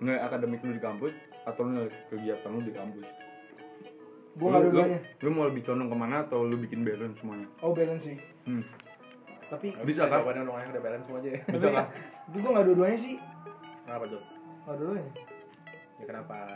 [SPEAKER 1] nggak akademik lu di kampus atau lu nyari kegiatan lu di kampus
[SPEAKER 5] Gua nggak
[SPEAKER 1] Lu- lu,
[SPEAKER 5] dua-duanya.
[SPEAKER 1] lu mau lebih condong kemana atau lu bikin balance semuanya
[SPEAKER 5] Oh balance sih.
[SPEAKER 1] hmm.
[SPEAKER 5] Tapi
[SPEAKER 1] Bisa, Kak.
[SPEAKER 2] Jawabannya dong, yang udah balance semua aja ya.
[SPEAKER 1] bisa
[SPEAKER 5] Tapi-
[SPEAKER 1] lah
[SPEAKER 5] tapi gua nggak dua-duanya sih.
[SPEAKER 2] Kenapa tuh?
[SPEAKER 5] Nggak dua-duanya.
[SPEAKER 2] Ya kenapa?